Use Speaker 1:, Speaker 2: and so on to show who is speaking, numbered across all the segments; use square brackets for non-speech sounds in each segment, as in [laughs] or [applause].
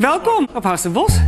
Speaker 1: Welkom op Huis ten Bos.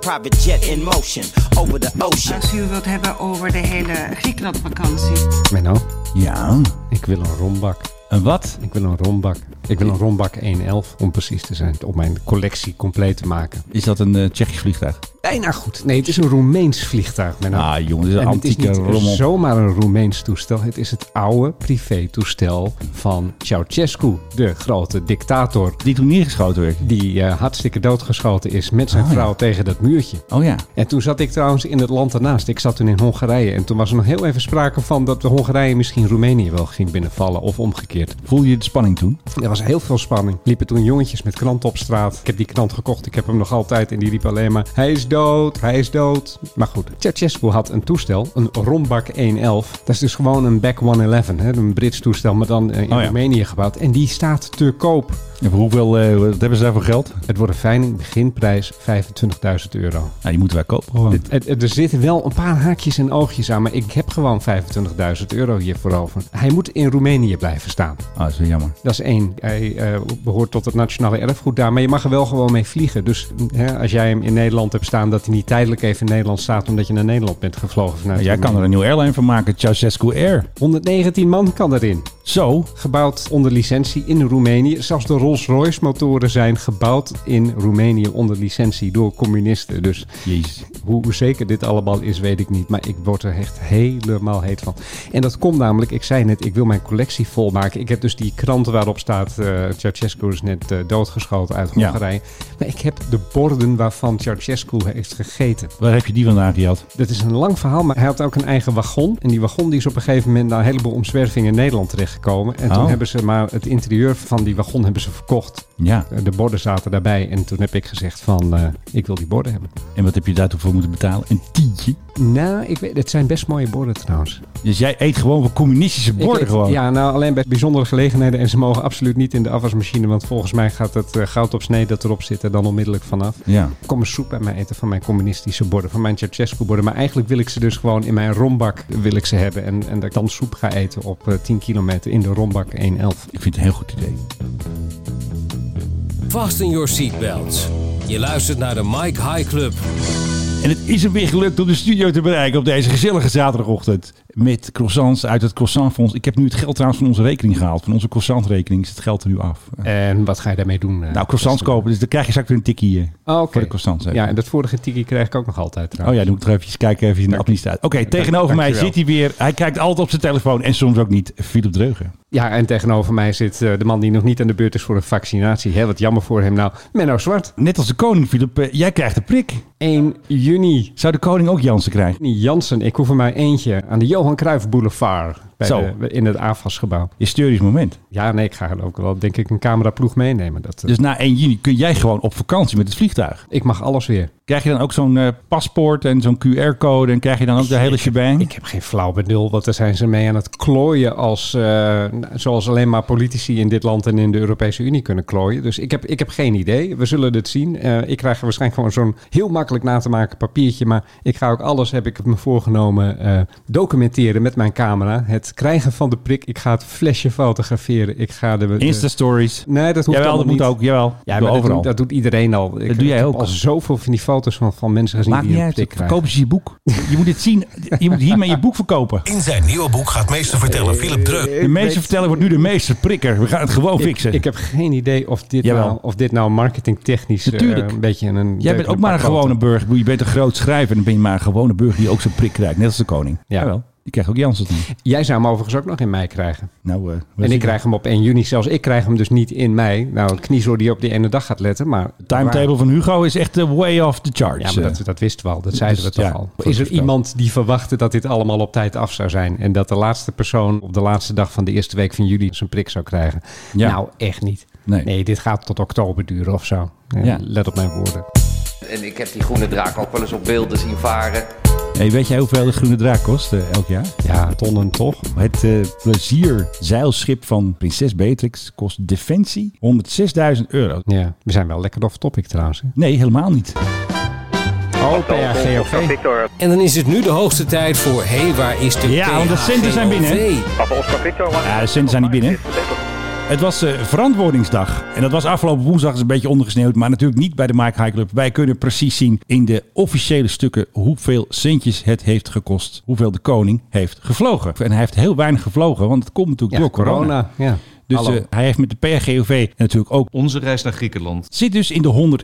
Speaker 2: Private jet in motion over the ocean.
Speaker 3: Als u wilt hebben over de hele Griekenlandvakantie.
Speaker 4: nou?
Speaker 5: Menno,
Speaker 4: Ja,
Speaker 5: ik wil een rombak.
Speaker 4: een wat?
Speaker 5: Ik wil een rombak. Ik wil een rombak 111 om precies te zijn. Om mijn collectie compleet te maken.
Speaker 4: Is dat een eh, Tsjechisch vliegtuig?
Speaker 5: Bijna goed. Nee, het is een Roemeens vliegtuig, Menno.
Speaker 4: Ah, jongen, dit is een
Speaker 5: en het is
Speaker 4: antieke
Speaker 5: niet
Speaker 4: rommel.
Speaker 5: zomaar een Roemeens toestel. Het is het oude privétoestel van Ceausescu, de grote dictator.
Speaker 4: Die toen neergeschoten werd.
Speaker 5: Die eh, hartstikke doodgeschoten is met zijn
Speaker 4: Oh, ja.
Speaker 5: vrouw tegen dat muurtje.
Speaker 4: Oh ja.
Speaker 5: En toen zat ik trouwens in het land daarnaast. Ik zat toen in Hongarije. En toen was er nog heel even sprake van dat de Hongarije misschien Roemenië wel ging binnenvallen. Of omgekeerd.
Speaker 4: Voel je de spanning toen?
Speaker 5: Er was heel veel spanning. Liepen toen jongetjes met kranten op straat. Ik heb die krant gekocht. Ik heb hem nog altijd. En die liep alleen maar. Hij is dood. Hij is dood. Maar goed. Ceausescu had een toestel. Een Rombak 111. Dat is dus gewoon een Back 111. Hè? Een Brits toestel. Maar dan eh, in
Speaker 4: Oh ja.
Speaker 5: Roemenië gebouwd. En die staat te koop.
Speaker 4: En voor hoeveel, eh, wat hebben ze daarvoor geld? Nou,
Speaker 5: Het wordt een fijne beginprijs 25.000 euro.
Speaker 4: die moeten wij kopen gewoon.
Speaker 5: Het- het- het- er zitten wel een paar haakjes en oogjes aan, maar ik heb gewoon 25.000 euro hiervoor over. Hij moet in Roemenië blijven staan.
Speaker 4: Ah, dat is weer jammer.
Speaker 5: Dat is één. Hij eh, behoort tot het nationale erfgoed daar, maar je mag er wel gewoon mee vliegen. Dus hè, als jij hem in Nederland hebt staan, dat hij niet tijdelijk even in Nederland staat omdat je naar Nederland bent gevlogen vanuit.
Speaker 4: jij kan er
Speaker 5: Roemenië.
Speaker 4: een nieuwe airline van maken, Ceausescu Air.
Speaker 5: 119 man kan erin.
Speaker 4: Zo,
Speaker 5: Gebouwd onder licentie in Roemenië. Zelfs de Rolls-Royce motoren zijn gebouwd in Roemenië onder licentie door communisten. Dus
Speaker 4: jezus.
Speaker 5: Hoe hoe zeker dit allemaal is, weet ik niet. Maar ik word er echt helemaal heet van. En dat komt namelijk, ik zei net, ik wil mijn collectie volmaken. Ik heb dus die krant waarop staat, eh Ceausescu is net eh, doodgeschoten uit
Speaker 4: Ja.
Speaker 5: Hongarije. Maar ik heb de borden waarvan Ceausescu heeft gegeten.
Speaker 4: Waar heb je die vandaan gehad?
Speaker 5: Dat is een lang verhaal, maar hij had ook een eigen wagon. En die wagon die is op een gegeven moment na een heleboel omzwervingen in Nederland terechtgekomen. En toen
Speaker 4: Oh.
Speaker 5: hebben ze maar het interieur van die wagon hebben ze verkocht.
Speaker 4: Ja,
Speaker 5: Eh, De borden zaten daarbij. En toen heb ik gezegd van, eh, ik wil die borden hebben.
Speaker 4: en wat heb je daartoe voor moeten betalen? Een tientje.
Speaker 5: Nou, ik weet, het zijn best mooie borden trouwens.
Speaker 4: Dus jij eet gewoon voor communistische
Speaker 5: Ik
Speaker 4: borden
Speaker 5: eet-
Speaker 4: gewoon.
Speaker 5: Ja, nou alleen bij bijzondere gelegenheden. En ze mogen absoluut niet in de afwasmachine. Want volgens mij gaat het eh, goud op snee dat erop zit er dan onmiddellijk vanaf.
Speaker 4: Ja.
Speaker 5: Ik kom een soep bij mij eten van mijn communistische borden. Van mijn Ceausescu borden. Maar eigenlijk wil ik ze dus gewoon in mijn rombak wil ik ze hebben. En, en dat ik dan soep ga eten op eh, 10 kilometer in de rombak 1.11.
Speaker 4: Ik vind het een heel goed idee.
Speaker 6: Fasten your seatbelts. Je luistert naar de Mike High Club.
Speaker 4: En het is hem weer gelukt om de studio te bereiken op deze gezellige zaterdagochtend. Met croissants uit het croissantfonds. Ik heb nu het geld trouwens van onze rekening gehaald. Van onze croissantrekening is het geld er nu af.
Speaker 5: En wat ga je daarmee doen? eh?
Speaker 4: Nou, croissants kopen, dus dan krijg je straks weer een tikkie hier.
Speaker 5: Oh, oké.
Speaker 4: Voor de croissants. even.
Speaker 5: Ja, en dat vorige tiki krijg ik ook nog altijd
Speaker 4: Oh
Speaker 5: trouwens.
Speaker 4: ja, dan moet ik er even kijken even in de administratie. Oké, tegenover mij
Speaker 5: dankjewel.
Speaker 4: zit hij weer. Hij kijkt altijd op zijn telefoon en soms ook niet. Philip Dreugen.
Speaker 5: ja. en tegenover mij zit eh, de man die nog niet aan de beurt is voor een vaccinatie. Hè, wat jammer voor hem nou. Menno Zwart.
Speaker 4: Net als de koning, Philip, eh, jij krijgt de prik.
Speaker 5: 1 juni
Speaker 4: Zou de koning ook Jansen krijgen?
Speaker 5: Jansen, ik hoef er maar eentje aan de Johan Cruijff Boulevard. Bij
Speaker 4: Zo.
Speaker 5: de- in het AFAS-gebouw.
Speaker 4: Historisch moment.
Speaker 5: Ja, nee, ik ga er ook wel, denk ik, een cameraploeg meenemen. Dat, eh,
Speaker 4: Dus na 1 juni kun jij gewoon op vakantie met het vliegtuig.
Speaker 5: Ik mag alles weer.
Speaker 4: Krijg je dan ook zo'n eh, paspoort en zo'n QR-code en krijg je dan ook de hele shebang?
Speaker 5: Ik heb geen flauw benul, want daar zijn ze mee aan het klooien. Als, eh, nou, zoals alleen maar politici in dit land en in de Europese Unie kunnen klooien. Dus ik heb, ik heb geen idee. We zullen het zien. Eh, ik krijg waarschijnlijk gewoon zo'n heel makkelijk na te maken papiertje. Maar ik ga ook alles, heb ik me voorgenomen, eh, documenteren met mijn camera. Het krijgen van de prik. Ik ga het flesje fotograferen. Ik ga de... de-
Speaker 4: Insta-stories.
Speaker 5: Nee, dat hoeft
Speaker 4: Jawel,
Speaker 5: allemaal
Speaker 4: dat moet
Speaker 5: niet.
Speaker 4: ook. Jawel.
Speaker 5: Ja,
Speaker 4: Doe
Speaker 5: maar dat,
Speaker 4: overal.
Speaker 5: doet, dat doet iedereen al. Ik,
Speaker 4: Dat doe jij
Speaker 5: ik heb
Speaker 4: ook
Speaker 5: al
Speaker 4: al.
Speaker 5: zoveel van die foto's van, van mensen gezien
Speaker 4: Maakt
Speaker 5: die
Speaker 4: niet
Speaker 5: een
Speaker 4: uit.
Speaker 5: prik krijgen.
Speaker 4: Verkopen ze je boek. [laughs] Je moet dit zien. Je moet hiermee je boek verkopen.
Speaker 6: In zijn nieuwe boek gaat meester vertellen Philip Druk.
Speaker 4: De meester verteller wordt nu de meester prikker. We gaan het gewoon fixen.
Speaker 5: Ik, ik heb geen idee of dit,
Speaker 4: Jawel.
Speaker 5: nou, of dit nou marketingtechnisch eh,
Speaker 4: Natuurlijk.
Speaker 5: een beetje een...
Speaker 4: Jij
Speaker 5: deuk
Speaker 4: bent
Speaker 5: in
Speaker 4: ook
Speaker 5: een
Speaker 4: maar een
Speaker 5: pak
Speaker 4: gewone
Speaker 5: boter.
Speaker 4: burger. Ik bedoel, Je bent een groot schrijver en dan ben je maar een gewone burger die ook zo'n prik krijgt. Net als de koning.
Speaker 5: Ja.
Speaker 4: Jawel. Die krijgt ook Jansen toen.
Speaker 5: Jij zou hem overigens ook nog in mei krijgen.
Speaker 4: Nou, eh, wat is
Speaker 5: en ik
Speaker 4: het?
Speaker 5: krijg hem op 1 juni. Zelfs ik krijg hem dus niet in mei. Nou, kniezoor die op die ene dag gaat letten, maar...
Speaker 4: Timetable van Hugo is echt eh, way off the charts.
Speaker 5: Ja, maar
Speaker 4: eh.
Speaker 5: dat, dat wisten we al. Dat zeiden
Speaker 4: Dus,
Speaker 5: we toch
Speaker 4: ja,
Speaker 5: al. Is
Speaker 4: goed
Speaker 5: er
Speaker 4: voorspeld.
Speaker 5: iemand die verwachtte dat dit allemaal op tijd af zou zijn? En dat de laatste persoon op de laatste dag van de eerste week van juli zijn prik zou krijgen?
Speaker 4: Ja.
Speaker 5: Nou, echt niet.
Speaker 4: Nee.
Speaker 5: dit gaat tot oktober duren of zo. Ja,
Speaker 4: Ja.
Speaker 5: Let op mijn woorden.
Speaker 7: En ik heb die groene draak ook wel eens op beelden zien varen.
Speaker 4: Eh, Hey, weet jij hoeveel de Groene Draak kost eh, elk jaar?
Speaker 5: Ja, tonnen toch?
Speaker 4: Het eh plezierzeilschip van prinses Beatrix kost defensie 106.000 euro.
Speaker 5: Ja, we zijn wel lekker off topic trouwens. hè.
Speaker 4: Nee, helemaal niet.
Speaker 5: Oh, PAGOV.
Speaker 6: En dan is het nu de hoogste tijd voor... Hé, hey, waar is de
Speaker 4: Ja, want de centen zijn binnen.
Speaker 6: PHGOV?
Speaker 4: Ja, de centen zijn niet binnen. Eh, Het was eh, verantwoordingsdag. En dat was afgelopen woensdag is een beetje ondergesneeuwd. Maar natuurlijk niet bij de Mike High Club. Wij kunnen precies zien in de officiële stukken hoeveel centjes het heeft gekost. Hoeveel de koning heeft gevlogen. En hij heeft heel weinig gevlogen, want het komt natuurlijk door corona.
Speaker 5: Ja.
Speaker 4: Dus
Speaker 5: Hallo.
Speaker 4: eh, hij heeft met de PRGOV natuurlijk ook...
Speaker 1: Onze reis naar Griekenland.
Speaker 4: Zit dus in de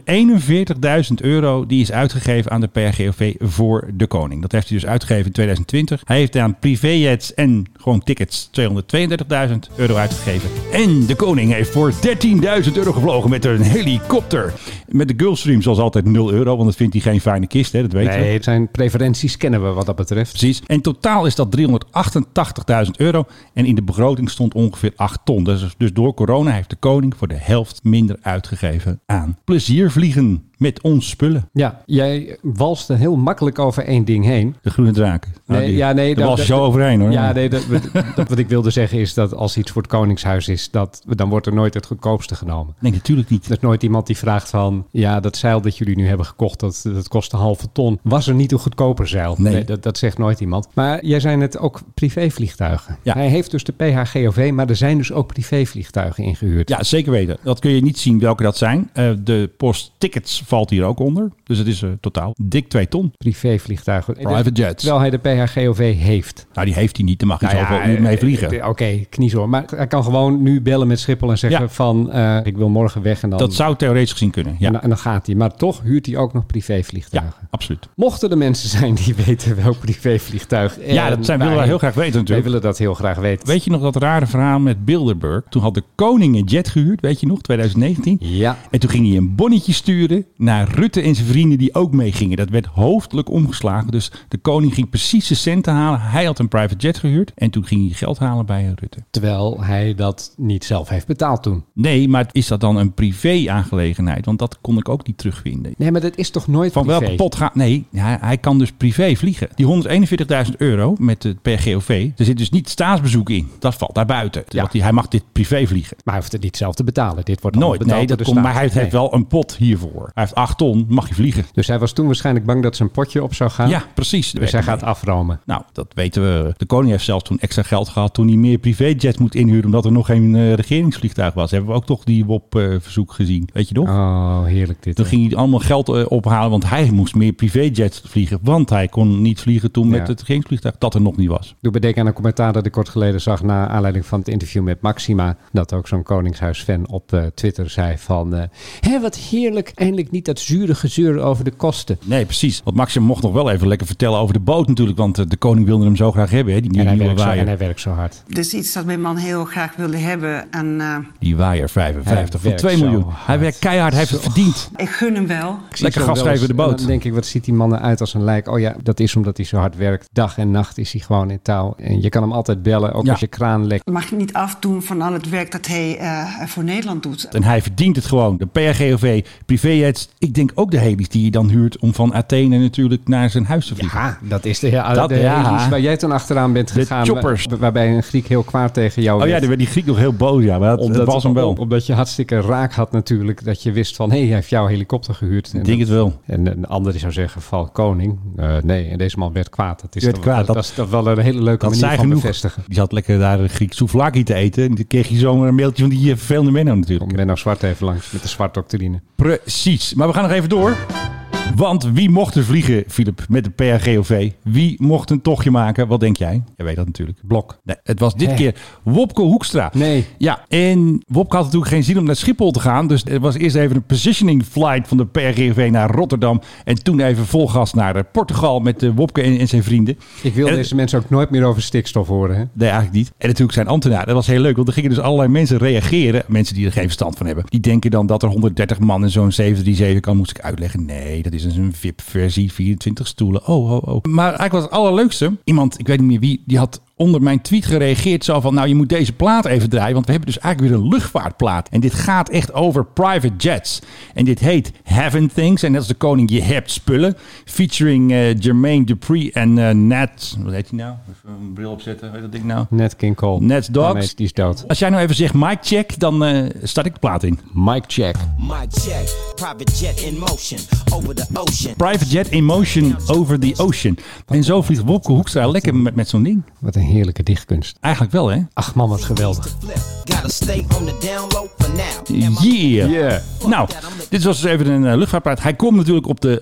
Speaker 4: 141.000 euro die is uitgegeven aan de PRGOV voor de koning. Dat heeft hij dus uitgegeven in 2020. Hij heeft aan privéjets en gewoon tickets 232.000 euro uitgegeven. En de koning heeft voor 13.000 euro gevlogen met een helikopter. Met de Gulfstream zoals altijd 0 euro, want dat vindt hij geen fijne kist, hè? dat weten we.
Speaker 5: Nee, zijn preferenties kennen we wat dat betreft.
Speaker 4: Precies. En totaal is dat 388.000 euro. En in de begroting stond ongeveer 8 ton. Dus, dus door corona heeft de koning voor de helft minder uitgegeven aan pleziervliegen met ons spullen.
Speaker 5: Ja, jij walste heel makkelijk over één ding heen.
Speaker 4: De groene draken. Nou,
Speaker 5: Nee,
Speaker 4: die-
Speaker 5: ja, nee,
Speaker 4: daar
Speaker 5: dat-
Speaker 4: was je
Speaker 5: dat-
Speaker 4: zo overheen hoor.
Speaker 5: Ja, nee, dat, dat wat ik wilde zeggen is dat als iets voor het Koningshuis is, dat, dan wordt er nooit het goedkoopste genomen.
Speaker 4: Nee, natuurlijk niet.
Speaker 5: Er is nooit iemand die vraagt van, ja, dat zeil dat jullie nu hebben gekocht, dat, dat kost een halve ton. Was er niet een goedkoper zeil?
Speaker 4: Nee.
Speaker 5: dat, dat zegt nooit iemand. Maar jij zei net ook privévliegtuigen.
Speaker 4: Ja.
Speaker 5: Hij heeft dus de PHGOV, maar er zijn dus ook privévliegtuigen ingehuurd.
Speaker 4: Ja, zeker weten. Dat kun je niet zien welke dat zijn. Eh, de post tickets valt hier ook onder. Dus het is eh, totaal dik 2 ton.
Speaker 5: Privévliegtuigen. Dus
Speaker 4: Private jets.
Speaker 5: Terwijl hij de PHGOV heeft.
Speaker 4: Nou, die heeft hij niet. Daar mag hij
Speaker 5: Nou
Speaker 4: zoveel
Speaker 5: ja,
Speaker 4: uur mee
Speaker 5: eh,
Speaker 4: vliegen.
Speaker 5: eh, Oké, kniezoor. Maar hij kan gewoon nu bellen met Schiphol en zeggen
Speaker 4: Ja.
Speaker 5: van... eh, ik wil morgen weg en dan,
Speaker 4: dat zou theoretisch gezien kunnen. Ja,
Speaker 5: en, dan- en dan gaat hij. Maar toch huurt hij ook nog privévliegtuigen.
Speaker 4: ja absoluut.
Speaker 5: Mochten er mensen zijn die [laughs] weten welk privévliegtuig... en
Speaker 4: Ja, dat zijn, willen wij
Speaker 5: waarheen-
Speaker 4: heel graag weten
Speaker 5: Wij
Speaker 4: natuurlijk.
Speaker 5: willen dat heel graag weten.
Speaker 4: Weet je nog dat rare verhaal met Bilderberg? Toen had de koning een jet gehuurd, weet je nog, 2019.
Speaker 5: Ja.
Speaker 4: En toen ging hij een bonnetje sturen naar Rutte en zijn vrienden die ook meegingen. Dat werd hoofdelijk omgeslagen. Dus de koning ging precies zijn centen halen. Hij had een private jet gehuurd. En toen ging hij geld halen bij Rutte.
Speaker 5: Terwijl hij dat niet zelf heeft betaald toen.
Speaker 4: Nee, maar is dat dan een privé aangelegenheid? Want dat kon ik ook niet terugvinden.
Speaker 5: Nee, maar dat is toch nooit
Speaker 4: Van
Speaker 5: privé?
Speaker 4: welke pot gaat... Nee, hij, hij kan dus privé vliegen. Die 141.000 euro met het PGOV, er zit dus niet staatsbezoek in. Dat valt daar buiten.
Speaker 5: Ja.
Speaker 4: Want die- hij mag dit privé vliegen.
Speaker 5: Maar hij hoeft het niet zelf te betalen. Dit wordt allemaal
Speaker 4: Nooit,
Speaker 5: betaald
Speaker 4: nee, dat
Speaker 5: door de
Speaker 4: komt, maar
Speaker 5: staat.
Speaker 4: hij heeft
Speaker 5: Nee.
Speaker 4: wel een pot hiervoor. Hij heeft 8 ton, mag je vliegen.
Speaker 5: Dus hij was toen waarschijnlijk bang dat zijn potje op zou gaan.
Speaker 4: Ja, precies.
Speaker 5: Dus hij gaat afromen.
Speaker 4: Nou, dat weten we. De koning heeft zelfs toen extra geld gehad toen hij meer privéjets moet inhuren omdat er nog geen eh, regeringsvliegtuig was. Hebben we ook toch die WOP-verzoek gezien, weet je nog?
Speaker 5: Oh, heerlijk dit.
Speaker 4: Toen
Speaker 5: hè.
Speaker 4: ging hij allemaal geld eh, ophalen, want hij moest meer privéjets vliegen. Want hij kon niet vliegen toen
Speaker 5: Ja.
Speaker 4: met het regeringsvliegtuig dat er nog niet was.
Speaker 5: Doe bedenken aan een commentaar dat ik kort geleden zag... na aanleiding van het interview met Maxima... dat ook zo'n Koningshuis-fan op eh, Twitter zei van... eh, Hé, wat heerlijk, eindelijk niet dat zure gezeur over de kosten.
Speaker 4: Nee, precies. Want Maxim mocht nog wel even lekker vertellen over de boot natuurlijk. Want eh, de koning wilde hem zo graag hebben, hè? Die
Speaker 5: En
Speaker 4: nieuwe,
Speaker 5: hij,
Speaker 4: nieuwe
Speaker 5: werkt zo, en
Speaker 4: waaier.
Speaker 5: hij werkt zo hard.
Speaker 3: Dus iets dat mijn man heel graag wilde hebben. En eh,
Speaker 4: Die waaier 55
Speaker 5: Hij
Speaker 4: van 2
Speaker 5: werkt zo
Speaker 4: miljoen.
Speaker 5: hard.
Speaker 4: Hij werkt keihard, hij heeft het verdiend.
Speaker 3: ik gun hem wel.
Speaker 5: Ik zie
Speaker 4: Lekker
Speaker 5: zo
Speaker 4: gasgeven
Speaker 5: wel eens-
Speaker 4: de boot.
Speaker 5: en Dan denk ik, wat ziet die man eruit als een lijk? Oh ja, dat is omdat hij zo hard werkt. Dag en nacht is hij gewoon in touw. En je kan hem altijd bellen, ook
Speaker 4: Ja.
Speaker 5: als je kraan lekt.
Speaker 3: Mag niet afdoen van al het werk dat hij eh, voor Nederland doet.
Speaker 4: En hij verdient het gewoon. De PRGOV, privéjets. Ik denk ook de helis die je dan huurt om van Athene natuurlijk naar zijn huis te vliegen.
Speaker 5: Ja, dat is de, ja,
Speaker 4: Dat-
Speaker 5: de
Speaker 4: ja.
Speaker 5: heli's waar jij toen achteraan bent
Speaker 4: De
Speaker 5: gegaan.
Speaker 4: choppers.
Speaker 5: waar- waarbij een Griek heel kwaad tegen jou
Speaker 4: Oh ja,
Speaker 5: werd.
Speaker 4: dan werd die Griek nog heel boos. Ja, maar dat, dat was hem wel.
Speaker 5: Omdat je hartstikke raak had natuurlijk. Dat je wist van, hé, hij heeft jouw helikopter gehuurd. En,
Speaker 4: Ik denk het wel.
Speaker 5: en een ander die zou zeggen, val koning. Eh, nee, en deze man werd kwaad. Dat is,
Speaker 4: Werd
Speaker 5: dan-
Speaker 4: kwaad,
Speaker 5: Dat,
Speaker 4: dat-
Speaker 5: dat is toch wel een hele leuke
Speaker 4: Dat
Speaker 5: manier
Speaker 4: zei
Speaker 5: van
Speaker 4: genoeg.
Speaker 5: bevestigen.
Speaker 4: Die zat lekker daar een Griek souvlaki te eten. En toen kreeg je zomaar een mailtje van die eh, vervelende Menno natuurlijk.
Speaker 5: Komt Menno nou Zwart even langs met de zwartdoctrine.
Speaker 4: Precies. Maar we gaan nog even door. Want wie mocht er vliegen, Filip, met de PRGOV? Wie mocht een tochtje maken? Wat denk jij? Jij weet dat natuurlijk. Blok. Nee, het was dit
Speaker 5: Hè?
Speaker 4: keer Wopke Hoekstra.
Speaker 5: Nee.
Speaker 4: Ja, en Wopke had natuurlijk geen zin om naar Schiphol te gaan. Dus er was eerst even een positioning flight van de PRGOV naar Rotterdam. En toen even vol gas naar eh, Portugal met eh, Wopke en, en zijn vrienden.
Speaker 5: Ik wil
Speaker 4: En-
Speaker 5: deze mensen ook nooit meer over stikstof horen. Hè?
Speaker 4: Nee, eigenlijk niet. En natuurlijk zijn ambtenaren. Dat was heel leuk, want er gingen dus allerlei mensen reageren. Mensen die er geen verstand van hebben. Die denken dan dat er 130 man in zo'n 737 kan. Moest ik uitleggen. Nee, dat is dus een VIP-versie, 24 stoelen. Oh, oh, oh. Maar eigenlijk was het allerleukste. Iemand, ik weet niet meer wie, die had onder mijn tweet gereageerd. Zo van, nou je moet deze plaat even draaien. Want we hebben dus eigenlijk weer een luchtvaartplaat. En dit gaat echt over private jets. En dit heet Heaven Things. En dat is de koning Je Hebt Spullen. Featuring eh Jermaine Dupri en eh, Nat... Wat heet hij nou? Even een bril opzetten. Hoe heet dat ding nou?
Speaker 5: Net King Cole.
Speaker 4: Net Dogs.
Speaker 5: Ja, nee, die is dood.
Speaker 4: Als jij nou even zegt mic check, dan eh, start ik de plaat in.
Speaker 5: Mike check.
Speaker 2: My check, private jet in motion, over the ocean.
Speaker 4: Private Jet in Motion Over the Ocean. En zo vliegt Wopke Hoekstra lekker met, met zo'n ding.
Speaker 5: Wat een heerlijke dichtkunst.
Speaker 4: Eigenlijk wel, hè?
Speaker 5: Ach man, wat geweldig.
Speaker 2: Gotta stay on the down low for now.
Speaker 4: Yeah.
Speaker 5: Yeah.
Speaker 4: Nou, dit was dus even een eh, luchtvaartplaat. Hij komt natuurlijk op de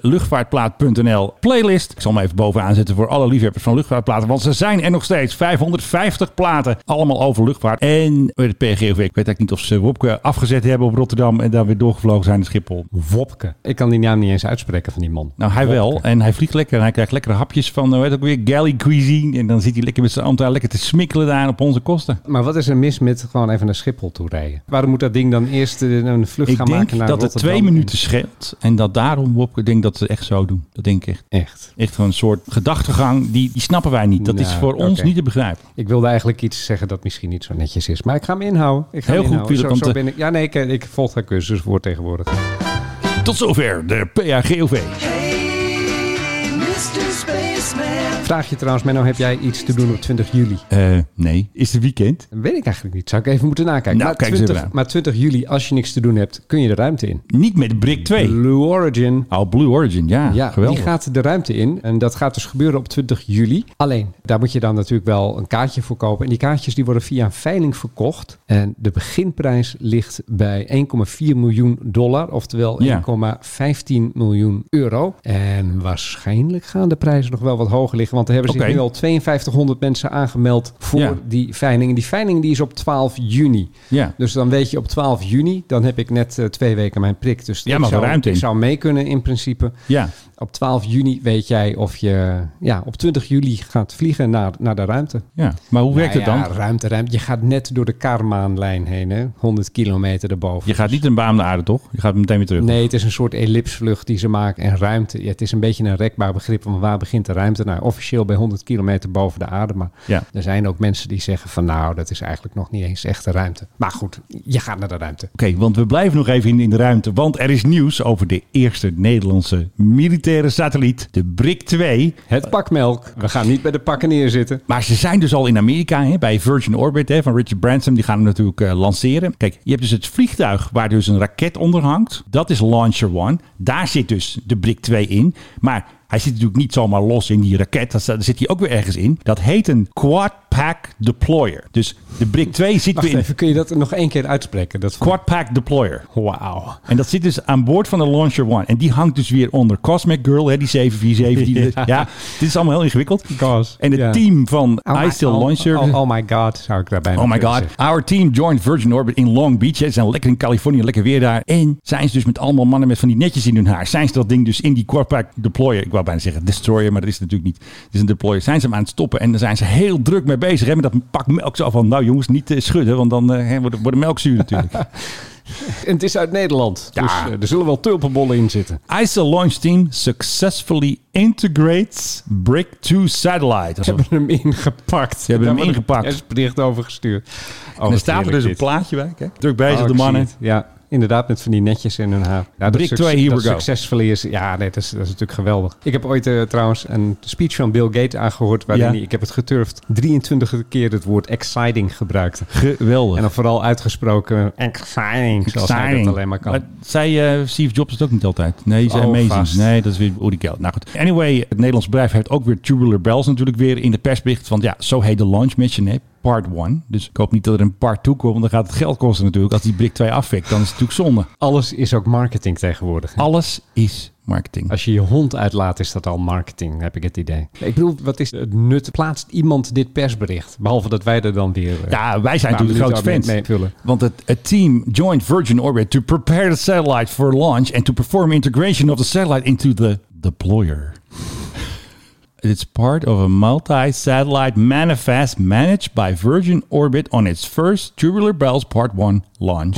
Speaker 4: luchtvaartplaat.nl playlist. Ik zal hem even bovenaan zetten voor alle liefhebbers van luchtvaartplaten. Want ze zijn er nog steeds 550 platen. Allemaal over luchtvaart. En eh, het PGOV. Ik weet eigenlijk niet of ze Wopke afgezet hebben op Rotterdam. En daar weer doorgevlogen zijn naar Schiphol.
Speaker 5: Wopke. Ik kan die naam niet eens uitspreken van die man.
Speaker 4: Nou, hij wel.
Speaker 5: Wopke.
Speaker 4: En hij vliegt lekker. En hij krijgt lekkere hapjes van, eh, hoe heet het ook weer, galley cuisine. En dan zit hij lekker met zijn ambtenaar lekker te smikkelen daar op onze kosten.
Speaker 5: Maar wat is er mis met gewoon even naar Schiphol toe rijden? Waarom moet dat ding dan eerst eh, een vlucht
Speaker 4: Ik
Speaker 5: gaan
Speaker 4: denk
Speaker 5: maken naar
Speaker 4: dat het
Speaker 5: Rotterdam?
Speaker 4: twee minuten scheelt. En dat daarom, Wopke, ik denk dat ze het echt zo doen. Dat denk ik echt.
Speaker 5: Echt.
Speaker 4: Echt gewoon een soort gedachtegang, die, die snappen wij niet. Dat is
Speaker 5: Nou,
Speaker 4: voor ons
Speaker 5: oké.
Speaker 4: niet te begrijpen.
Speaker 5: Ik wilde eigenlijk iets zeggen dat misschien niet zo netjes is. Maar ik ga hem inhouden. Ik ga
Speaker 4: Heel
Speaker 5: hem
Speaker 4: goed,
Speaker 5: inhouden.
Speaker 4: Pieter, want,
Speaker 5: zo, zo
Speaker 4: eh,
Speaker 5: ben ik. Ja, nee, ik, ik volg haar cursus voor tegenwoordig.
Speaker 4: Tot zover de PHGOV.
Speaker 5: Vraag je trouwens, Menno, heb jij iets te doen op 20 juli?
Speaker 4: Eh, nee, is het weekend?
Speaker 5: Dat weet ik eigenlijk niet. Zou ik even moeten nakijken.
Speaker 4: Nou, kijk eens
Speaker 5: 20,
Speaker 4: even na.
Speaker 5: maar 20 juli, als je niks te doen hebt, kun je de ruimte in.
Speaker 4: Niet met Brick 2.
Speaker 5: Blue Origin.
Speaker 4: Oh, Blue Origin, ja,
Speaker 5: Ja,
Speaker 4: geweldig.
Speaker 5: die gaat de ruimte in. En dat gaat dus gebeuren op 20 juli. Alleen, daar moet je dan natuurlijk wel een kaartje voor kopen. En die kaartjes die worden via een veiling verkocht. En de beginprijs ligt bij 1,4 miljoen dollar. Oftewel
Speaker 4: Ja.
Speaker 5: 1,15 miljoen euro. En waarschijnlijk gaan de prijzen nog wel wat hoger liggen. Want er hebben zich
Speaker 4: Oké.
Speaker 5: nu al 5200 mensen aangemeld voor
Speaker 4: Ja.
Speaker 5: die veiling. En die veiling die is op 12 juni.
Speaker 4: Ja.
Speaker 5: Dus dan weet je op 12 juni, dan heb ik net eh, twee weken mijn prik. Dus
Speaker 4: Ja,
Speaker 5: ik
Speaker 4: maar wel
Speaker 5: zou,
Speaker 4: ruimte in.
Speaker 5: ik zou mee kunnen in principe.
Speaker 4: Ja,
Speaker 5: Op 12 juni weet jij of je ja, op 20 juli gaat vliegen naar, naar de ruimte.
Speaker 4: ja. Maar hoe werkt
Speaker 5: Nou
Speaker 4: het
Speaker 5: ja,
Speaker 4: dan?
Speaker 5: Ruimte, ruimte. Je gaat net door de Karmaanlijn heen, hè? 100 kilometer erboven.
Speaker 4: Je gaat niet een baan om de aarde, toch? Je gaat meteen weer terug.
Speaker 5: Nee, het is een soort ellipsvlucht die ze maken. En ruimte, ja, het is een beetje een rekbaar begrip. Want waar begint de ruimte? Nou, officieel bij 100 kilometer boven de aarde. Maar
Speaker 4: Ja.
Speaker 5: er zijn ook mensen die zeggen van... nou, dat is eigenlijk nog niet eens echt de ruimte. Maar goed, je gaat naar de ruimte.
Speaker 4: Oké, want we blijven nog even in, in de ruimte. Want er is nieuws over de eerste Nederlandse militaire satelliet, de Brick 2.
Speaker 5: Het pak melk. We gaan niet bij de pakken neerzitten.
Speaker 4: Maar ze zijn dus al in Amerika, hè, bij Virgin Orbit hè, van Richard Branson. Die gaan hem natuurlijk eh, lanceren. Kijk, je hebt dus het vliegtuig waar dus een raket onder hangt. Dat is Launcher One. Daar zit dus de Brick 2 in. Maar hij zit natuurlijk niet zomaar los in die raket. Dat- Daar zit hij ook weer ergens in. Dat heet een Quad Pack Deployer. Dus de
Speaker 5: [laughs]
Speaker 4: Brick 2 zit
Speaker 5: Wacht
Speaker 4: weer in
Speaker 5: even, kun je dat nog één keer uitspreken? Dat
Speaker 4: Quad Pack Deployer.
Speaker 5: Wauw.
Speaker 4: En dat zit dus aan boord van de Launcher One. En die hangt dus weer onder Cosmic Girl, hè, die
Speaker 5: [laughs]
Speaker 4: 747. Ja. dit is allemaal heel ingewikkeld.
Speaker 5: Cos,
Speaker 4: en het
Speaker 5: ja.
Speaker 4: team van
Speaker 5: Oh my-
Speaker 4: iStill
Speaker 5: oh-
Speaker 4: Launch Service.
Speaker 5: Oh, oh my god, zou ik daarbij
Speaker 4: Oh my god. Our team joined Virgin Orbit in Long Beach. Ze zijn lekker in Californië, lekker weer daar. En zijn ze dus met allemaal mannen met van die netjes in hun haar. Zijn ze dat ding dus in die quarterback deployer. Ik wou bijna zeggen destroyer, maar dat is het natuurlijk niet. Het is een deployer. Zijn ze hem aan het stoppen en daar zijn ze heel druk mee bezig. Hè, met dat pak melk zo van, nou jongens, niet eh, schudden, want dan eh, hè, wordt, wordt de melk
Speaker 5: [laughs]
Speaker 4: zuur natuurlijk.
Speaker 5: En het is uit Nederland,
Speaker 4: Ja.
Speaker 5: dus eh, er zullen wel tulpenbollen in zitten.
Speaker 4: ISIL launch team successfully integrates Brick 2 satellite.
Speaker 5: Ze hebben hem ingepakt. Ze
Speaker 4: hebben hem ingepakt.
Speaker 5: Er is bericht over gestuurd. Oh,
Speaker 4: en er
Speaker 5: wat
Speaker 4: staat er
Speaker 5: heerlijk
Speaker 4: dus een
Speaker 5: dit.
Speaker 4: plaatje bij. Kijk, druk bezig
Speaker 5: Oh, ik
Speaker 4: de
Speaker 5: zie
Speaker 4: mannen.
Speaker 5: het. Ja, inderdaad, met van die netjes in hun haar. Ja,
Speaker 4: Brick
Speaker 5: suc-
Speaker 4: twee, here
Speaker 5: dat
Speaker 4: we go.
Speaker 5: succesvol is. Ja, nee, dat, is, dat is natuurlijk geweldig. Ik heb ooit eh, trouwens een speech van Bill Gates aangehoord... waarin
Speaker 4: Ja.
Speaker 5: hij, ik heb het geturfd, 23 keer het woord exciting gebruikte.
Speaker 4: Geweldig.
Speaker 5: En dan vooral uitgesproken exciting, zoals hij dat alleen maar kan.
Speaker 4: zij eh, Steve Jobs het ook niet altijd. Nee, hij zei
Speaker 5: Oh,
Speaker 4: amazing.
Speaker 5: vast.
Speaker 4: Nee, dat is weer Uri Geld. Nou goed. Anyway, het Nederlands bedrijf heeft ook weer Tubular Bells natuurlijk weer in de persbericht van ja, zo heet de launch mission, hè. Part 1. Dus ik hoop niet dat er een part 2 komt, want dan gaat het geld kosten natuurlijk. Als die Brick 2 afvikt, dan is het natuurlijk zonde.
Speaker 5: Alles is ook marketing tegenwoordig. hè?
Speaker 4: Alles is marketing.
Speaker 5: Als je je hond uitlaat, is dat al marketing, heb ik het idee. Ik bedoel, wat is het nut? Plaatst iemand dit persbericht? Behalve dat wij er dan weer... eh,
Speaker 4: Ja, wij zijn
Speaker 5: Nou,
Speaker 4: natuurlijk
Speaker 5: we
Speaker 4: grote
Speaker 5: moeten
Speaker 4: fans.
Speaker 5: daarmee vullen.
Speaker 4: Want het, het team joined Virgin Orbit to prepare the satellite for launch and to perform integration of the satellite into the deployer. It's part of a multi-satellite manifest managed by Virgin Orbit on its first Tubular Bells Part 1 launch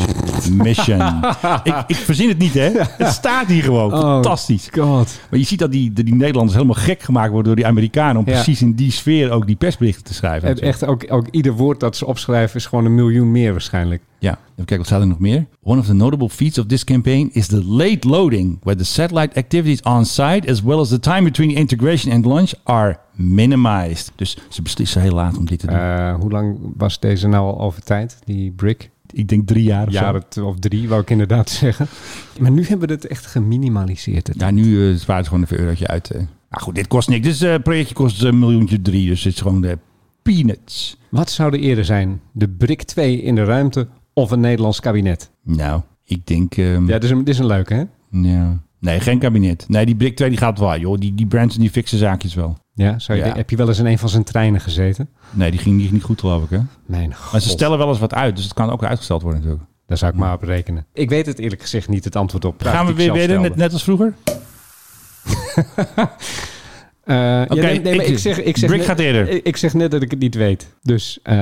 Speaker 4: mission.
Speaker 5: [laughs]
Speaker 4: ik, ik verzin het niet, hè? Het staat hier gewoon. Fantastisch.
Speaker 5: Oh, God.
Speaker 4: Maar je ziet dat die, die Nederlanders helemaal gek gemaakt worden door die Amerikanen... om
Speaker 5: Ja.
Speaker 4: precies in die sfeer ook die persberichten te schrijven.
Speaker 5: En echt, ook, ook ieder woord dat ze opschrijven is gewoon een miljoen meer waarschijnlijk.
Speaker 4: Ja, even kijken, wat staat er nog meer? One of the notable feats of this campaign is the late loading, where the satellite activities on site, as well as the time between integration and launch, are minimized. Dus ze beslissen heel laat om dit te doen.
Speaker 5: Eh, hoe lang was deze nou al over tijd, die brick?
Speaker 4: ik denk drie jaar of zo.
Speaker 5: Jaren t- of drie, wou ik inderdaad [laughs] zeggen. Maar nu hebben we het echt geminimaliseerd. Het
Speaker 4: Ja, nu eh, Ah, eh, spaart het gewoon even een eurotje uit. eh. Maar goed, dit kost niks. Dit is, eh, projectje kost een miljoentje drie, dus het is gewoon de Peanuts.
Speaker 5: Wat zou er eerder zijn? De BRIC 2 in de ruimte of een Nederlands kabinet?
Speaker 4: Nou, ik denk... ehm,
Speaker 5: Ja, dit is een, dit is een leuke, hè?
Speaker 4: ja. Nee, geen kabinet. Nee, die BRIC 2 die gaat waar, joh. Die, die Branson die fixt zijn zaakjes wel.
Speaker 5: Ja, zou je
Speaker 4: Ja.
Speaker 5: denken, heb je wel eens in een van zijn treinen gezeten?
Speaker 4: Nee, die ging, die ging niet goed, geloof ik, hè.
Speaker 5: Mijn god,
Speaker 4: Maar ze stellen wel eens wat uit, dus het kan ook uitgesteld worden natuurlijk.
Speaker 5: daar zou ik maar op rekenen. Ik weet het eerlijk gezegd niet, het antwoord op. vraag
Speaker 4: Gaan we
Speaker 5: die ik
Speaker 4: weer
Speaker 5: zelf
Speaker 4: wedden, net,
Speaker 5: stelde.
Speaker 4: net als vroeger?
Speaker 5: Eh, ja,
Speaker 4: Oké,
Speaker 5: nee, nee, maar
Speaker 4: ik-
Speaker 5: ik zeg, ik zeg
Speaker 4: Brick
Speaker 5: net,
Speaker 4: gaat eerder.
Speaker 5: Ik, ik zeg net dat ik het niet weet. Dus eh,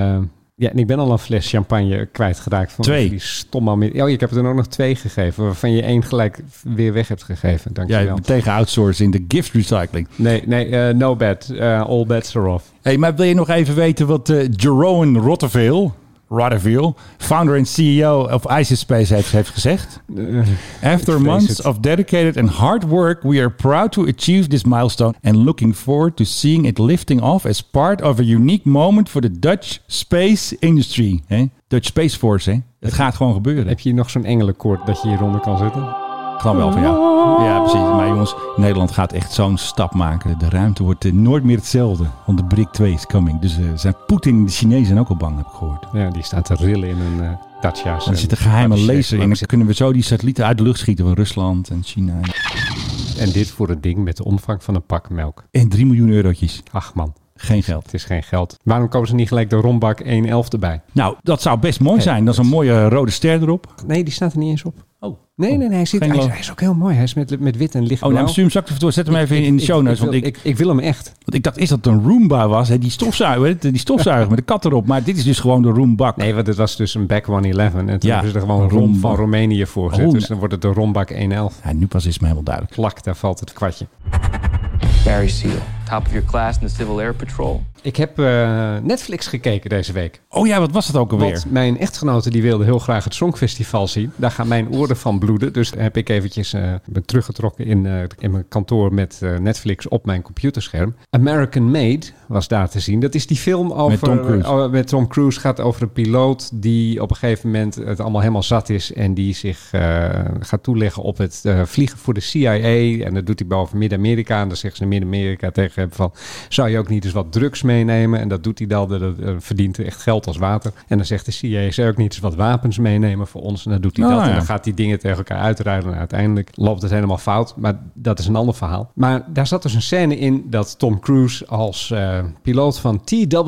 Speaker 5: ja, en ik ben al een fles champagne kwijtgeraakt. Van
Speaker 4: Twee.
Speaker 5: Die stomme Amer- Oh, ik heb er ook nog twee gegeven, waarvan je één gelijk weer weg hebt gegeven.
Speaker 4: Ja,
Speaker 5: Dankjewel.
Speaker 4: tegen outsourcing, de gift recycling.
Speaker 5: Nee, nee, eh, no bad. Eh, all bets are off.
Speaker 4: hey, maar wil je nog even weten wat eh Jerome Rotteveel, Rotteveel, founder en CEO of ISIS-Space heeft, heeft gezegd? After
Speaker 5: Eh, ik vrees
Speaker 4: months
Speaker 5: het.
Speaker 4: of dedicated and hard work, we are proud to achieve this milestone and looking forward to seeing it lifting off as part of a unique moment for the Dutch space industry. hè? Dutch Space Force, hè? Het gaat gewoon gebeuren.
Speaker 5: Heb je hier nog zo'n engelenkoord dat je hieronder kan zetten?
Speaker 4: Gewoon wel van jou. Ja, precies. Maar jongens, Nederland gaat echt zo'n stap maken. De ruimte wordt eh, nooit meer hetzelfde. Want de BRIC 2 is coming. Dus eh, zijn Poetin en de Chinezen zijn ook al bang, heb ik gehoord.
Speaker 5: Ja, die staat te rillen in een eh Dacia.
Speaker 4: Er zit een geheime
Speaker 5: Dacia.
Speaker 4: laser in. Dan kunnen we zo die satellieten uit de lucht schieten van Rusland en China.
Speaker 5: En dit voor een ding met de omvang van een pak melk.
Speaker 4: En 3 miljoen eurotjes.
Speaker 5: Ach man,
Speaker 4: Geen geld.
Speaker 5: het is geen geld. Waarom komen ze niet gelijk de rombak 1.11 erbij?
Speaker 4: Nou, dat zou best mooi zijn. Dat is een mooie eh, rode ster erop.
Speaker 5: Nee, die staat er niet eens op.
Speaker 4: Oh.
Speaker 5: Nee, nee, nee. Hij, zit,
Speaker 4: Geen
Speaker 5: hij, is,
Speaker 4: geloof.
Speaker 5: hij is ook heel mooi. Hij is met, met wit en
Speaker 4: Oh,
Speaker 5: lichtblauw.
Speaker 4: nou, stuur hem straks even door. Zet hem even in- in de show notes.
Speaker 5: Ik,
Speaker 4: Want
Speaker 5: wil-
Speaker 4: ik,
Speaker 5: ik, ik wil hem echt.
Speaker 4: want ik dacht, is dat een Roomba was? Hè? Die stofzuiger, die stofzuiger met de kat erop. Maar dit is dus gewoon de Roombak.
Speaker 5: Nee, want het was dus een back 111. En toen
Speaker 4: Ja.
Speaker 5: hebben ze er gewoon rom
Speaker 4: Rombak.
Speaker 5: van Roemenië voor gezet.
Speaker 4: Oh,
Speaker 5: dus
Speaker 4: nee.
Speaker 5: dan wordt het de rombak 1.11.
Speaker 4: Ja, nu pas is het me helemaal duidelijk.
Speaker 5: Plak, daar valt het kwartje.
Speaker 7: Barry Seal.
Speaker 1: top of your class in the Civil Air Patrol.
Speaker 5: Ik heb eh, Netflix gekeken deze week.
Speaker 4: Oh ja, wat was dat ook alweer?
Speaker 5: Want mijn echtgenote die wilde heel graag het Songfestival zien. Daar gaan mijn oren van bloeden. Dus heb ik eventjes eh, me teruggetrokken in, eh, in mijn kantoor met eh, Netflix op mijn computerscherm. American Made was daar te zien. Dat is die film over...
Speaker 4: Tom Cruise.
Speaker 5: oh, met Tom Cruise gaat over een piloot die op een gegeven moment het allemaal helemaal zat is. En die zich eh, gaat toeleggen op het eh, vliegen voor de CIA. En dat doet hij boven Midden-Amerika. En dan zeggen ze in Midden-Amerika tegen hem van... Zou je ook niet eens wat drugs meenemen? En dat doet hij dan. Dat eh, verdient echt geld als water. En dan zegt de CIA... Zou je ook niet eens wat wapens meenemen voor ons? En dan doet hij
Speaker 4: Oh,
Speaker 5: dat. En
Speaker 4: ja.
Speaker 5: dan gaat die dingen tegen elkaar uitruilen. En uiteindelijk loopt het helemaal fout. Maar dat is een ander verhaal. Maar daar zat dus een scène in dat Tom Cruise als eh, piloot van TWA...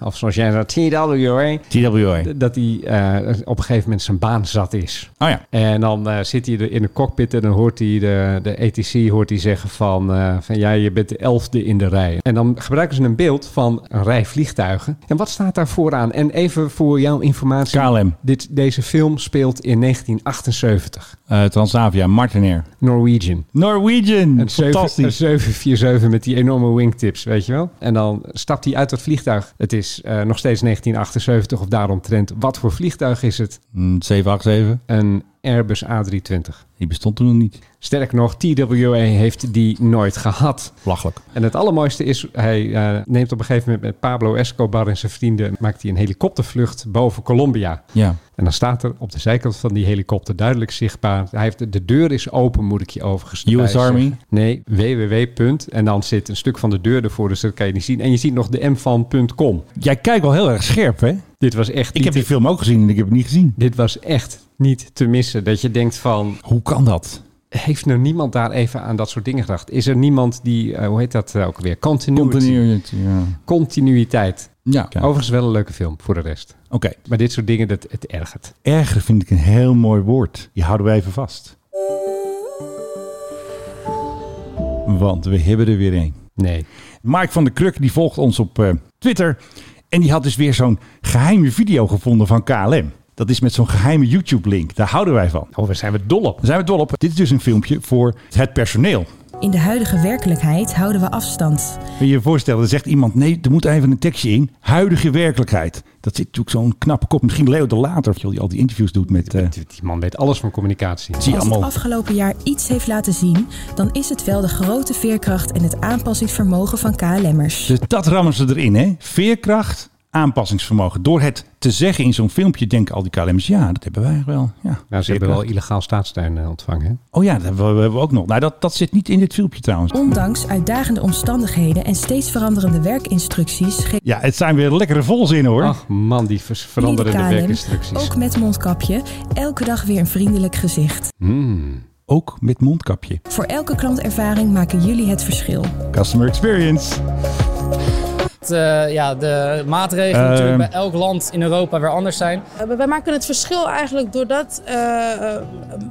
Speaker 5: Of zoals jij zegt, TWA...
Speaker 4: TWA.
Speaker 5: D- dat hij eh, op een gegeven moment zijn baan zat is.
Speaker 4: Oh ja.
Speaker 5: En dan eh, zit hij er in de cockpit en dan hoort hij de, de ETC hoort hij zeggen van, eh, van ja, je bent de elfde in de rij. En dan gebruiken ze een beeld van een rij vliegtuigen. En wat staat daar vooraan? En even voor jouw informatie.
Speaker 4: KLM,
Speaker 5: Dit, deze film speelt in 1978.
Speaker 4: eh, Transavia, Martinair.
Speaker 5: Norwegian.
Speaker 4: Norwegian.
Speaker 5: Een zeven- een
Speaker 4: Fantastisch.
Speaker 5: 747 met die enorme wingtips, weet je wel. En dan stapt hij uit dat vliegtuig. Het is eh, nog steeds 1978 of daaromtrent. Wat voor vliegtuig is het?
Speaker 4: Mm, 787.
Speaker 5: een Airbus A320.
Speaker 4: Die bestond toen nog niet.
Speaker 5: Sterker nog, TWA heeft die nooit gehad.
Speaker 4: Lachelijk.
Speaker 5: En het allermooiste is, hij eh, neemt op een gegeven moment met Pablo Escobar en zijn vrienden... maakt hij een helikoptervlucht boven Colombia.
Speaker 4: Ja.
Speaker 5: En dan staat er op de zijkant van die helikopter duidelijk zichtbaar... Hij heeft, de deur is open, moet ik je overigens erbij
Speaker 4: US
Speaker 5: zeggen.
Speaker 4: Army?
Speaker 5: Nee, www. punt. En dan zit een stuk van de deur ervoor, dus dat kan je niet zien. En je ziet nog de m van punt .com.
Speaker 4: Jij kijkt wel heel erg scherp, hè?
Speaker 5: Dit was echt,
Speaker 4: Ik
Speaker 5: niet,
Speaker 4: heb die
Speaker 5: te,
Speaker 4: film ook gezien en ik heb het niet gezien.
Speaker 5: dit was echt niet te missen. Dat je denkt van,
Speaker 4: Hoe kan dat?
Speaker 5: heeft nou niemand daar even aan dat soort dingen gedacht? Is er niemand die, eh, hoe heet dat eh, ook weer? Continuity.
Speaker 4: Continuity. Ja.
Speaker 5: Continuïteit.
Speaker 4: ja. oh, Oké.
Speaker 5: Overigens wel een leuke film voor de rest. Maar dit soort dingen, dat, het ergert.
Speaker 4: Erger vind ik een heel mooi woord. Die houden we even vast. Want we hebben er weer een.
Speaker 5: Nee.
Speaker 4: Mark van der Kruk die volgt ons op eh, Twitter. En die had dus weer zo'n geheime video gevonden van KLM. Dat is met zo'n geheime YouTube-link. Daar houden wij van.
Speaker 5: Oh, we zijn we dol op.
Speaker 4: Daar zijn we dol op. Dit is dus een filmpje voor het personeel.
Speaker 8: In de huidige werkelijkheid houden we afstand.
Speaker 4: Kun je je voorstellen, er zegt iemand... nee, er moet even een tekstje in. Huidige werkelijkheid. Dat zit natuurlijk zo'n knappe kop. Misschien Leo de Later, joh, die al die interviews doet met... eh,
Speaker 5: Die die man weet alles van communicatie.
Speaker 4: zie je
Speaker 8: Als het
Speaker 4: allemaal
Speaker 8: afgelopen jaar iets heeft laten zien, dan is het wel de grote veerkracht en het aanpassingsvermogen van KLM'ers.
Speaker 4: Dus dat rammen ze erin, hè? Veerkracht, aanpassingsvermogen. Door het te zeggen in zo'n filmpje denken al die KLM's, ja, dat hebben wij eigenlijk wel. Ja,
Speaker 5: Nou, ze hebben wel illegaal staatssteun eh, ontvangen. Hè?
Speaker 4: Oh ja, dat hebben we, hebben we ook nog. Nou, dat, dat zit niet in dit filmpje trouwens.
Speaker 8: Ondanks uitdagende omstandigheden en steeds veranderende werkinstructies geeft
Speaker 4: Ja, het zijn weer lekkere volzinnen hoor.
Speaker 5: Ach man, die vers- veranderende werkinstructies.
Speaker 8: ook met mondkapje elke dag weer een vriendelijk gezicht.
Speaker 4: Ook met mondkapje.
Speaker 8: Voor elke klantervaring maken jullie het verschil.
Speaker 4: Customer experience.
Speaker 9: eh, ja, de maatregelen
Speaker 4: Ehm.
Speaker 9: natuurlijk bij elk land in Europa weer anders zijn.
Speaker 10: Wij maken het verschil eigenlijk doordat eh eh,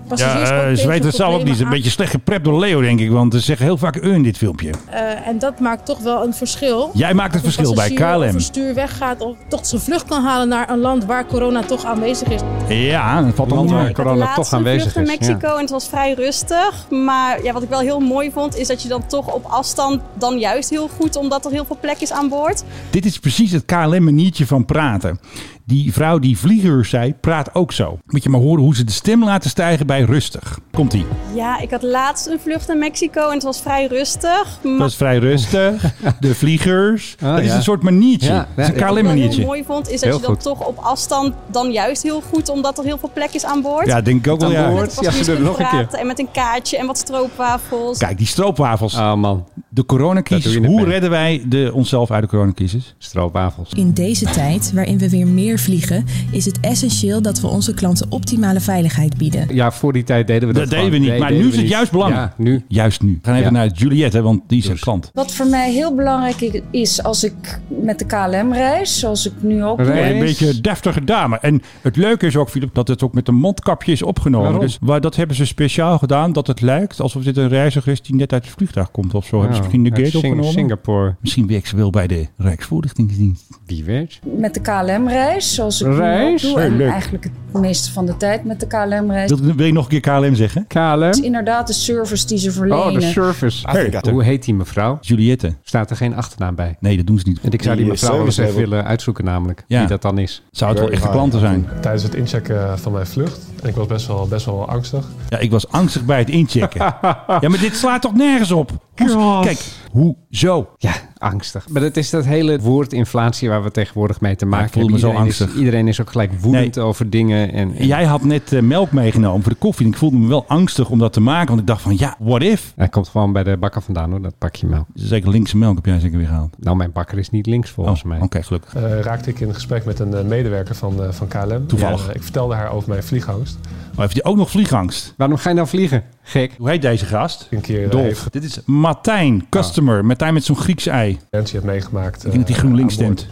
Speaker 10: passagiers...
Speaker 4: Ja,
Speaker 10: ook
Speaker 4: eh
Speaker 10: tegen
Speaker 4: Zweed, dat zal ook
Speaker 10: problemen
Speaker 4: niet. Is Een
Speaker 10: aan-
Speaker 4: beetje slecht geprept door Leo, denk ik. Want ze zeggen heel vaak eu in dit filmpje.
Speaker 10: eh, en dat maakt toch wel een verschil.
Speaker 4: Jij maakt het verschil bij
Speaker 10: Of
Speaker 4: KLM.
Speaker 10: een stuur weggaat of toch zijn vlucht kan halen naar een land waar corona toch aanwezig is. Nou,
Speaker 4: Ja, dat valt
Speaker 5: Land
Speaker 4: allemaal
Speaker 5: waar
Speaker 4: mee.
Speaker 5: corona toch aanwezig is. ja.
Speaker 10: en het was vrij rustig. Maar ja, wat ik wel heel mooi vond is dat je dan toch op afstand dan juist heel goed, omdat er heel veel plek is aan boord.
Speaker 4: Dit is precies het KLM-maniertje van praten. Die vrouw die vlieger zei, praat ook zo. Moet je maar horen hoe ze de stem laten stijgen bij rustig. Komt-ie.
Speaker 10: Ja, ik had laatst een vlucht naar Mexico en het was vrij rustig. Maar
Speaker 4: Dat is vrij rustig. De vliegers.
Speaker 5: Ah,
Speaker 4: dat is
Speaker 5: ja.
Speaker 4: een soort maniertje.
Speaker 5: Ja,
Speaker 4: Dat is
Speaker 5: ja,
Speaker 4: een
Speaker 5: ik-
Speaker 10: wat ik wel heel
Speaker 4: KLM-maniertje.
Speaker 10: mooi vond is dat
Speaker 5: Heel
Speaker 10: je dan
Speaker 5: goed.
Speaker 10: toch op afstand dan juist heel goed, omdat er heel veel plek is aan boord.
Speaker 4: Ja, denk ik ook wel.
Speaker 5: Aan
Speaker 4: Ja.
Speaker 5: boord. Ja, ze doen het nog een keer.
Speaker 10: praten en met een kaartje en wat stroopwafels.
Speaker 4: Kijk, die stroopwafels.
Speaker 5: Ah man,
Speaker 4: De
Speaker 5: Dat
Speaker 4: coronacrisis.
Speaker 5: doe je net
Speaker 4: Hoe
Speaker 5: mee.
Speaker 4: redden wij de, onszelf uit de coronacrisis?
Speaker 5: stroopwafels.
Speaker 8: In deze tijd, waarin we weer meer vliegen, is het essentieel dat we onze klanten optimale veiligheid bieden.
Speaker 5: Ja, voor die tijd deden we dat
Speaker 4: Dat deden we
Speaker 5: gewoon.
Speaker 4: niet.
Speaker 5: Nee,
Speaker 4: maar
Speaker 5: deden
Speaker 4: nu
Speaker 5: we
Speaker 4: is het
Speaker 5: niet.
Speaker 4: juist belangrijk.
Speaker 5: Ja, nu.
Speaker 4: Juist nu. We gaan even
Speaker 5: Ja.
Speaker 4: naar Juliette, hè, want die is een klant.
Speaker 10: Wat voor mij heel belangrijk is als ik met de KLM reis, zoals ik nu ook
Speaker 5: Reis. Oh,
Speaker 4: Een beetje deftige dame. En het leuke is ook, Philip, dat het ook met een mondkapje is opgenomen.
Speaker 5: Waarom?
Speaker 4: Dus waar, dat hebben ze speciaal gedaan, dat het lijkt alsof dit een reiziger is die net uit het vliegtuig komt of zo. hebben ze
Speaker 5: Ja,
Speaker 4: misschien de
Speaker 5: uit
Speaker 4: gate
Speaker 5: Sing-
Speaker 4: opgenomen?
Speaker 5: Singapore.
Speaker 4: Misschien werkt ze wel bij de Rijksvoorlichtingsdienst.
Speaker 5: Wie weet.
Speaker 10: met de KLM reis, zoals ik nu ook
Speaker 5: Reis?
Speaker 10: doe.
Speaker 5: Heel
Speaker 10: En
Speaker 5: leuk.
Speaker 10: eigenlijk het meeste van de tijd met de KLM reis.
Speaker 4: Dat wil je nog een keer KLM zeggen?
Speaker 10: is
Speaker 5: KLM.
Speaker 10: inderdaad de service die ze
Speaker 5: Oh, de
Speaker 10: verlenen.
Speaker 5: service.
Speaker 4: Afrika.
Speaker 5: Hey, hoe heet die mevrouw?
Speaker 4: Juliette.
Speaker 5: Staat er geen achternaam bij?
Speaker 4: Nee, dat doen ze niet.
Speaker 5: En ik zou die mevrouw wel eens even willen uitzoeken namelijk.
Speaker 4: Ja.
Speaker 5: Wie dat dan is.
Speaker 4: Zou het wel echte klanten zijn?
Speaker 9: Tijdens het inchecken eh, van mijn vlucht, en ik was best wel, best wel angstig.
Speaker 4: Ja, ik was angstig bij het [laughs] inchecken. ja, maar dit slaat toch nergens op? Hoe-
Speaker 5: God.
Speaker 4: Kijk, hoezo?
Speaker 5: Ja, angstig. Maar dat is dat hele woord inflatie waar we tegenwoordig mee te maken
Speaker 4: ik voel me
Speaker 5: hebben.
Speaker 4: zo
Speaker 5: Iedereen is-
Speaker 4: angstig.
Speaker 5: iedereen is ook gelijk woedend over dingen. En, en-
Speaker 4: Jij had net eh, melk meegenomen voor de koffie. En ik voelde me wel angstig om dat te maken. Want ik dacht van, ja, what if?
Speaker 5: Hij komt gewoon bij de bakker vandaan hoor, dat pakje melk.
Speaker 4: Zeker linkse melk heb jij zeker weer gehaald.
Speaker 5: Nou, mijn bakker is niet links volgens
Speaker 4: Oh,
Speaker 5: mij.
Speaker 4: Oké, gelukkig.
Speaker 9: raakte ik in gesprek met een eh, medewerker van, eh, van KLM.
Speaker 4: Toevallig.
Speaker 9: En, eh, ik vertelde haar over mijn vliegangst.
Speaker 4: Maar heeft hij ook nog vliegangst?
Speaker 5: Waarom ga je nou vliegen? Gek.
Speaker 4: Hoe heet deze gast?
Speaker 9: Een keer eh,
Speaker 4: Dolf.
Speaker 9: heeft
Speaker 4: Dit is Martijn, customer. Martijn met zo'n Grieks ei. Ik
Speaker 9: Nancy heeft meegemaakt.
Speaker 4: denk dat hij GroenLinks stemt.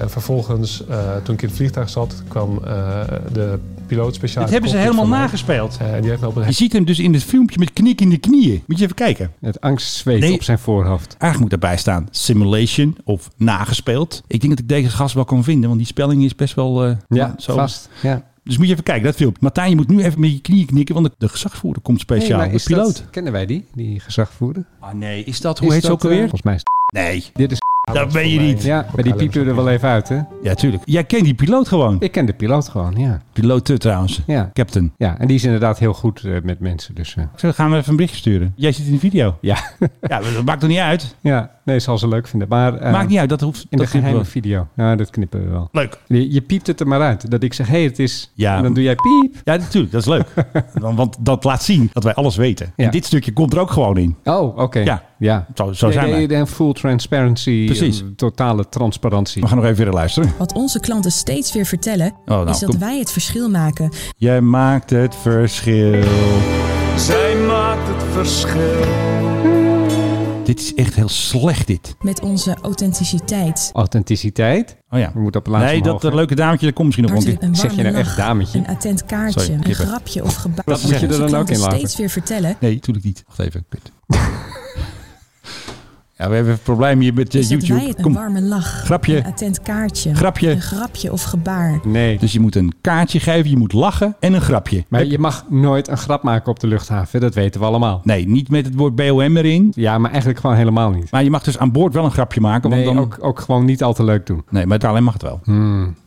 Speaker 9: en vervolgens, eh, toen ik in het vliegtuig zat, kwam eh, de piloot speciaal.
Speaker 4: Dit hebben ze helemaal nagespeeld.
Speaker 9: En die heeft me op een
Speaker 4: Je ziet hem dus in het filmpje met knik in de knieën. Moet je even kijken.
Speaker 5: Het angstzweet
Speaker 4: Nee.
Speaker 5: op zijn voorhoofd.
Speaker 4: Eigenlijk moet daarbij staan simulation of nagespeeld. Ik denk dat ik deze gast wel kan vinden, want die spelling is best wel eh,
Speaker 5: Ja,
Speaker 4: zo.
Speaker 5: vast. Ja.
Speaker 4: Dus moet je even kijken, dat filmpje. Martijn, je moet nu even met je knieën knikken, want de, de gezagsvoerder komt speciaal.
Speaker 5: Nee, maar
Speaker 4: de
Speaker 5: is
Speaker 4: piloot.
Speaker 5: dat- kennen wij die, die gezagvoerder?
Speaker 4: Ah nee, is dat, hoe
Speaker 5: Is
Speaker 4: heet ze
Speaker 5: dat,
Speaker 4: ook alweer?
Speaker 5: eh, Volgens mij is
Speaker 4: nee,
Speaker 5: dit is...
Speaker 4: dat ben je niet.
Speaker 5: Ja, maar die piepen we er wel even uit, hè?
Speaker 4: Ja, tuurlijk. Jij kent die piloot gewoon.
Speaker 5: Ik ken de piloot gewoon, ja.
Speaker 4: Piloot eh, trouwens.
Speaker 5: Ja,
Speaker 4: Captain.
Speaker 5: ja en die is inderdaad heel goed eh, met mensen, dus... eh,
Speaker 4: Ik zeg, gaan we even een berichtje sturen. Jij zit in de video.
Speaker 5: ja.
Speaker 4: Ja, maar dat maakt toch niet uit?
Speaker 5: [laughs] ja, nee, zal ze leuk vinden. Maar eh,
Speaker 4: maakt niet uit, dat hoeft
Speaker 5: in de
Speaker 4: dat
Speaker 5: geheime
Speaker 4: hoeft
Speaker 5: video. Ja, dat knippen we wel.
Speaker 4: wel. Leuk.
Speaker 5: Je, je piept het er maar uit. Dat ik zeg, hé, hey, het is...
Speaker 4: Ja.
Speaker 5: En dan doe jij piep.
Speaker 4: Ja, natuurlijk, dat is
Speaker 5: [laughs]
Speaker 4: leuk. Want- Want dat laat zien dat wij alles weten.
Speaker 5: Ja.
Speaker 4: En dit stukje komt er ook gewoon in.
Speaker 5: Oh, oké.
Speaker 4: Ja.
Speaker 5: ja.
Speaker 4: Zo- zo
Speaker 5: Ja,
Speaker 4: zijn
Speaker 5: ja,
Speaker 4: wij.
Speaker 5: ja, Full transparency.
Speaker 4: Precies.
Speaker 5: eh, Totale transparantie.
Speaker 4: We gaan nog even verder luisteren.
Speaker 8: Wat onze klanten steeds weer vertellen,
Speaker 5: Oh,
Speaker 4: nou,
Speaker 8: is dat
Speaker 4: kom.
Speaker 8: wij het verschil maken.
Speaker 4: Jij maakt het verschil.
Speaker 6: Zij maakt het verschil.
Speaker 4: Dit is echt heel slecht, dit.
Speaker 8: Met onze authenticiteit.
Speaker 5: Authenticiteit.
Speaker 4: Oh ja.
Speaker 5: We moeten op het laatste
Speaker 4: Nee, dat,
Speaker 5: omhoog,
Speaker 4: dat
Speaker 5: hè?
Speaker 4: leuke dametje, dat komt misschien nog wel een
Speaker 8: Hartelijk
Speaker 4: keer.
Speaker 8: een
Speaker 5: Zeg
Speaker 8: warme
Speaker 5: je nou
Speaker 8: lach,
Speaker 5: echt dametje?
Speaker 8: Een attent kaartje,
Speaker 4: Sorry,
Speaker 8: een
Speaker 4: kippen.
Speaker 8: grapje of gebaar.
Speaker 5: Dat moet je er
Speaker 8: onze
Speaker 5: dan ook
Speaker 8: klanten
Speaker 5: in laten.
Speaker 8: steeds weer vertellen,
Speaker 4: Nee, natuurlijk niet. Wacht even,
Speaker 8: [laughs]
Speaker 4: kut. ja, we hebben een probleem hier met eh,
Speaker 8: is dat wij
Speaker 4: YouTube.
Speaker 8: het een
Speaker 4: Kom.
Speaker 8: warme lach.
Speaker 4: Grapje.
Speaker 8: Een attent kaartje.
Speaker 4: Grapje.
Speaker 8: Een grapje of gebaar.
Speaker 5: Nee.
Speaker 4: Dus je moet een kaartje geven, je moet lachen en een grapje.
Speaker 5: Maar je mag nooit een grap maken op de luchthaven. Dat weten we allemaal.
Speaker 4: Nee, niet met het woord BOM erin.
Speaker 5: Ja, maar eigenlijk gewoon helemaal niet.
Speaker 4: Maar je mag dus aan boord wel een grapje maken. Want
Speaker 5: Nee,
Speaker 4: dan...
Speaker 5: ook, ook gewoon niet al te leuk doen.
Speaker 4: nee, maar KLM mag het wel.
Speaker 8: Te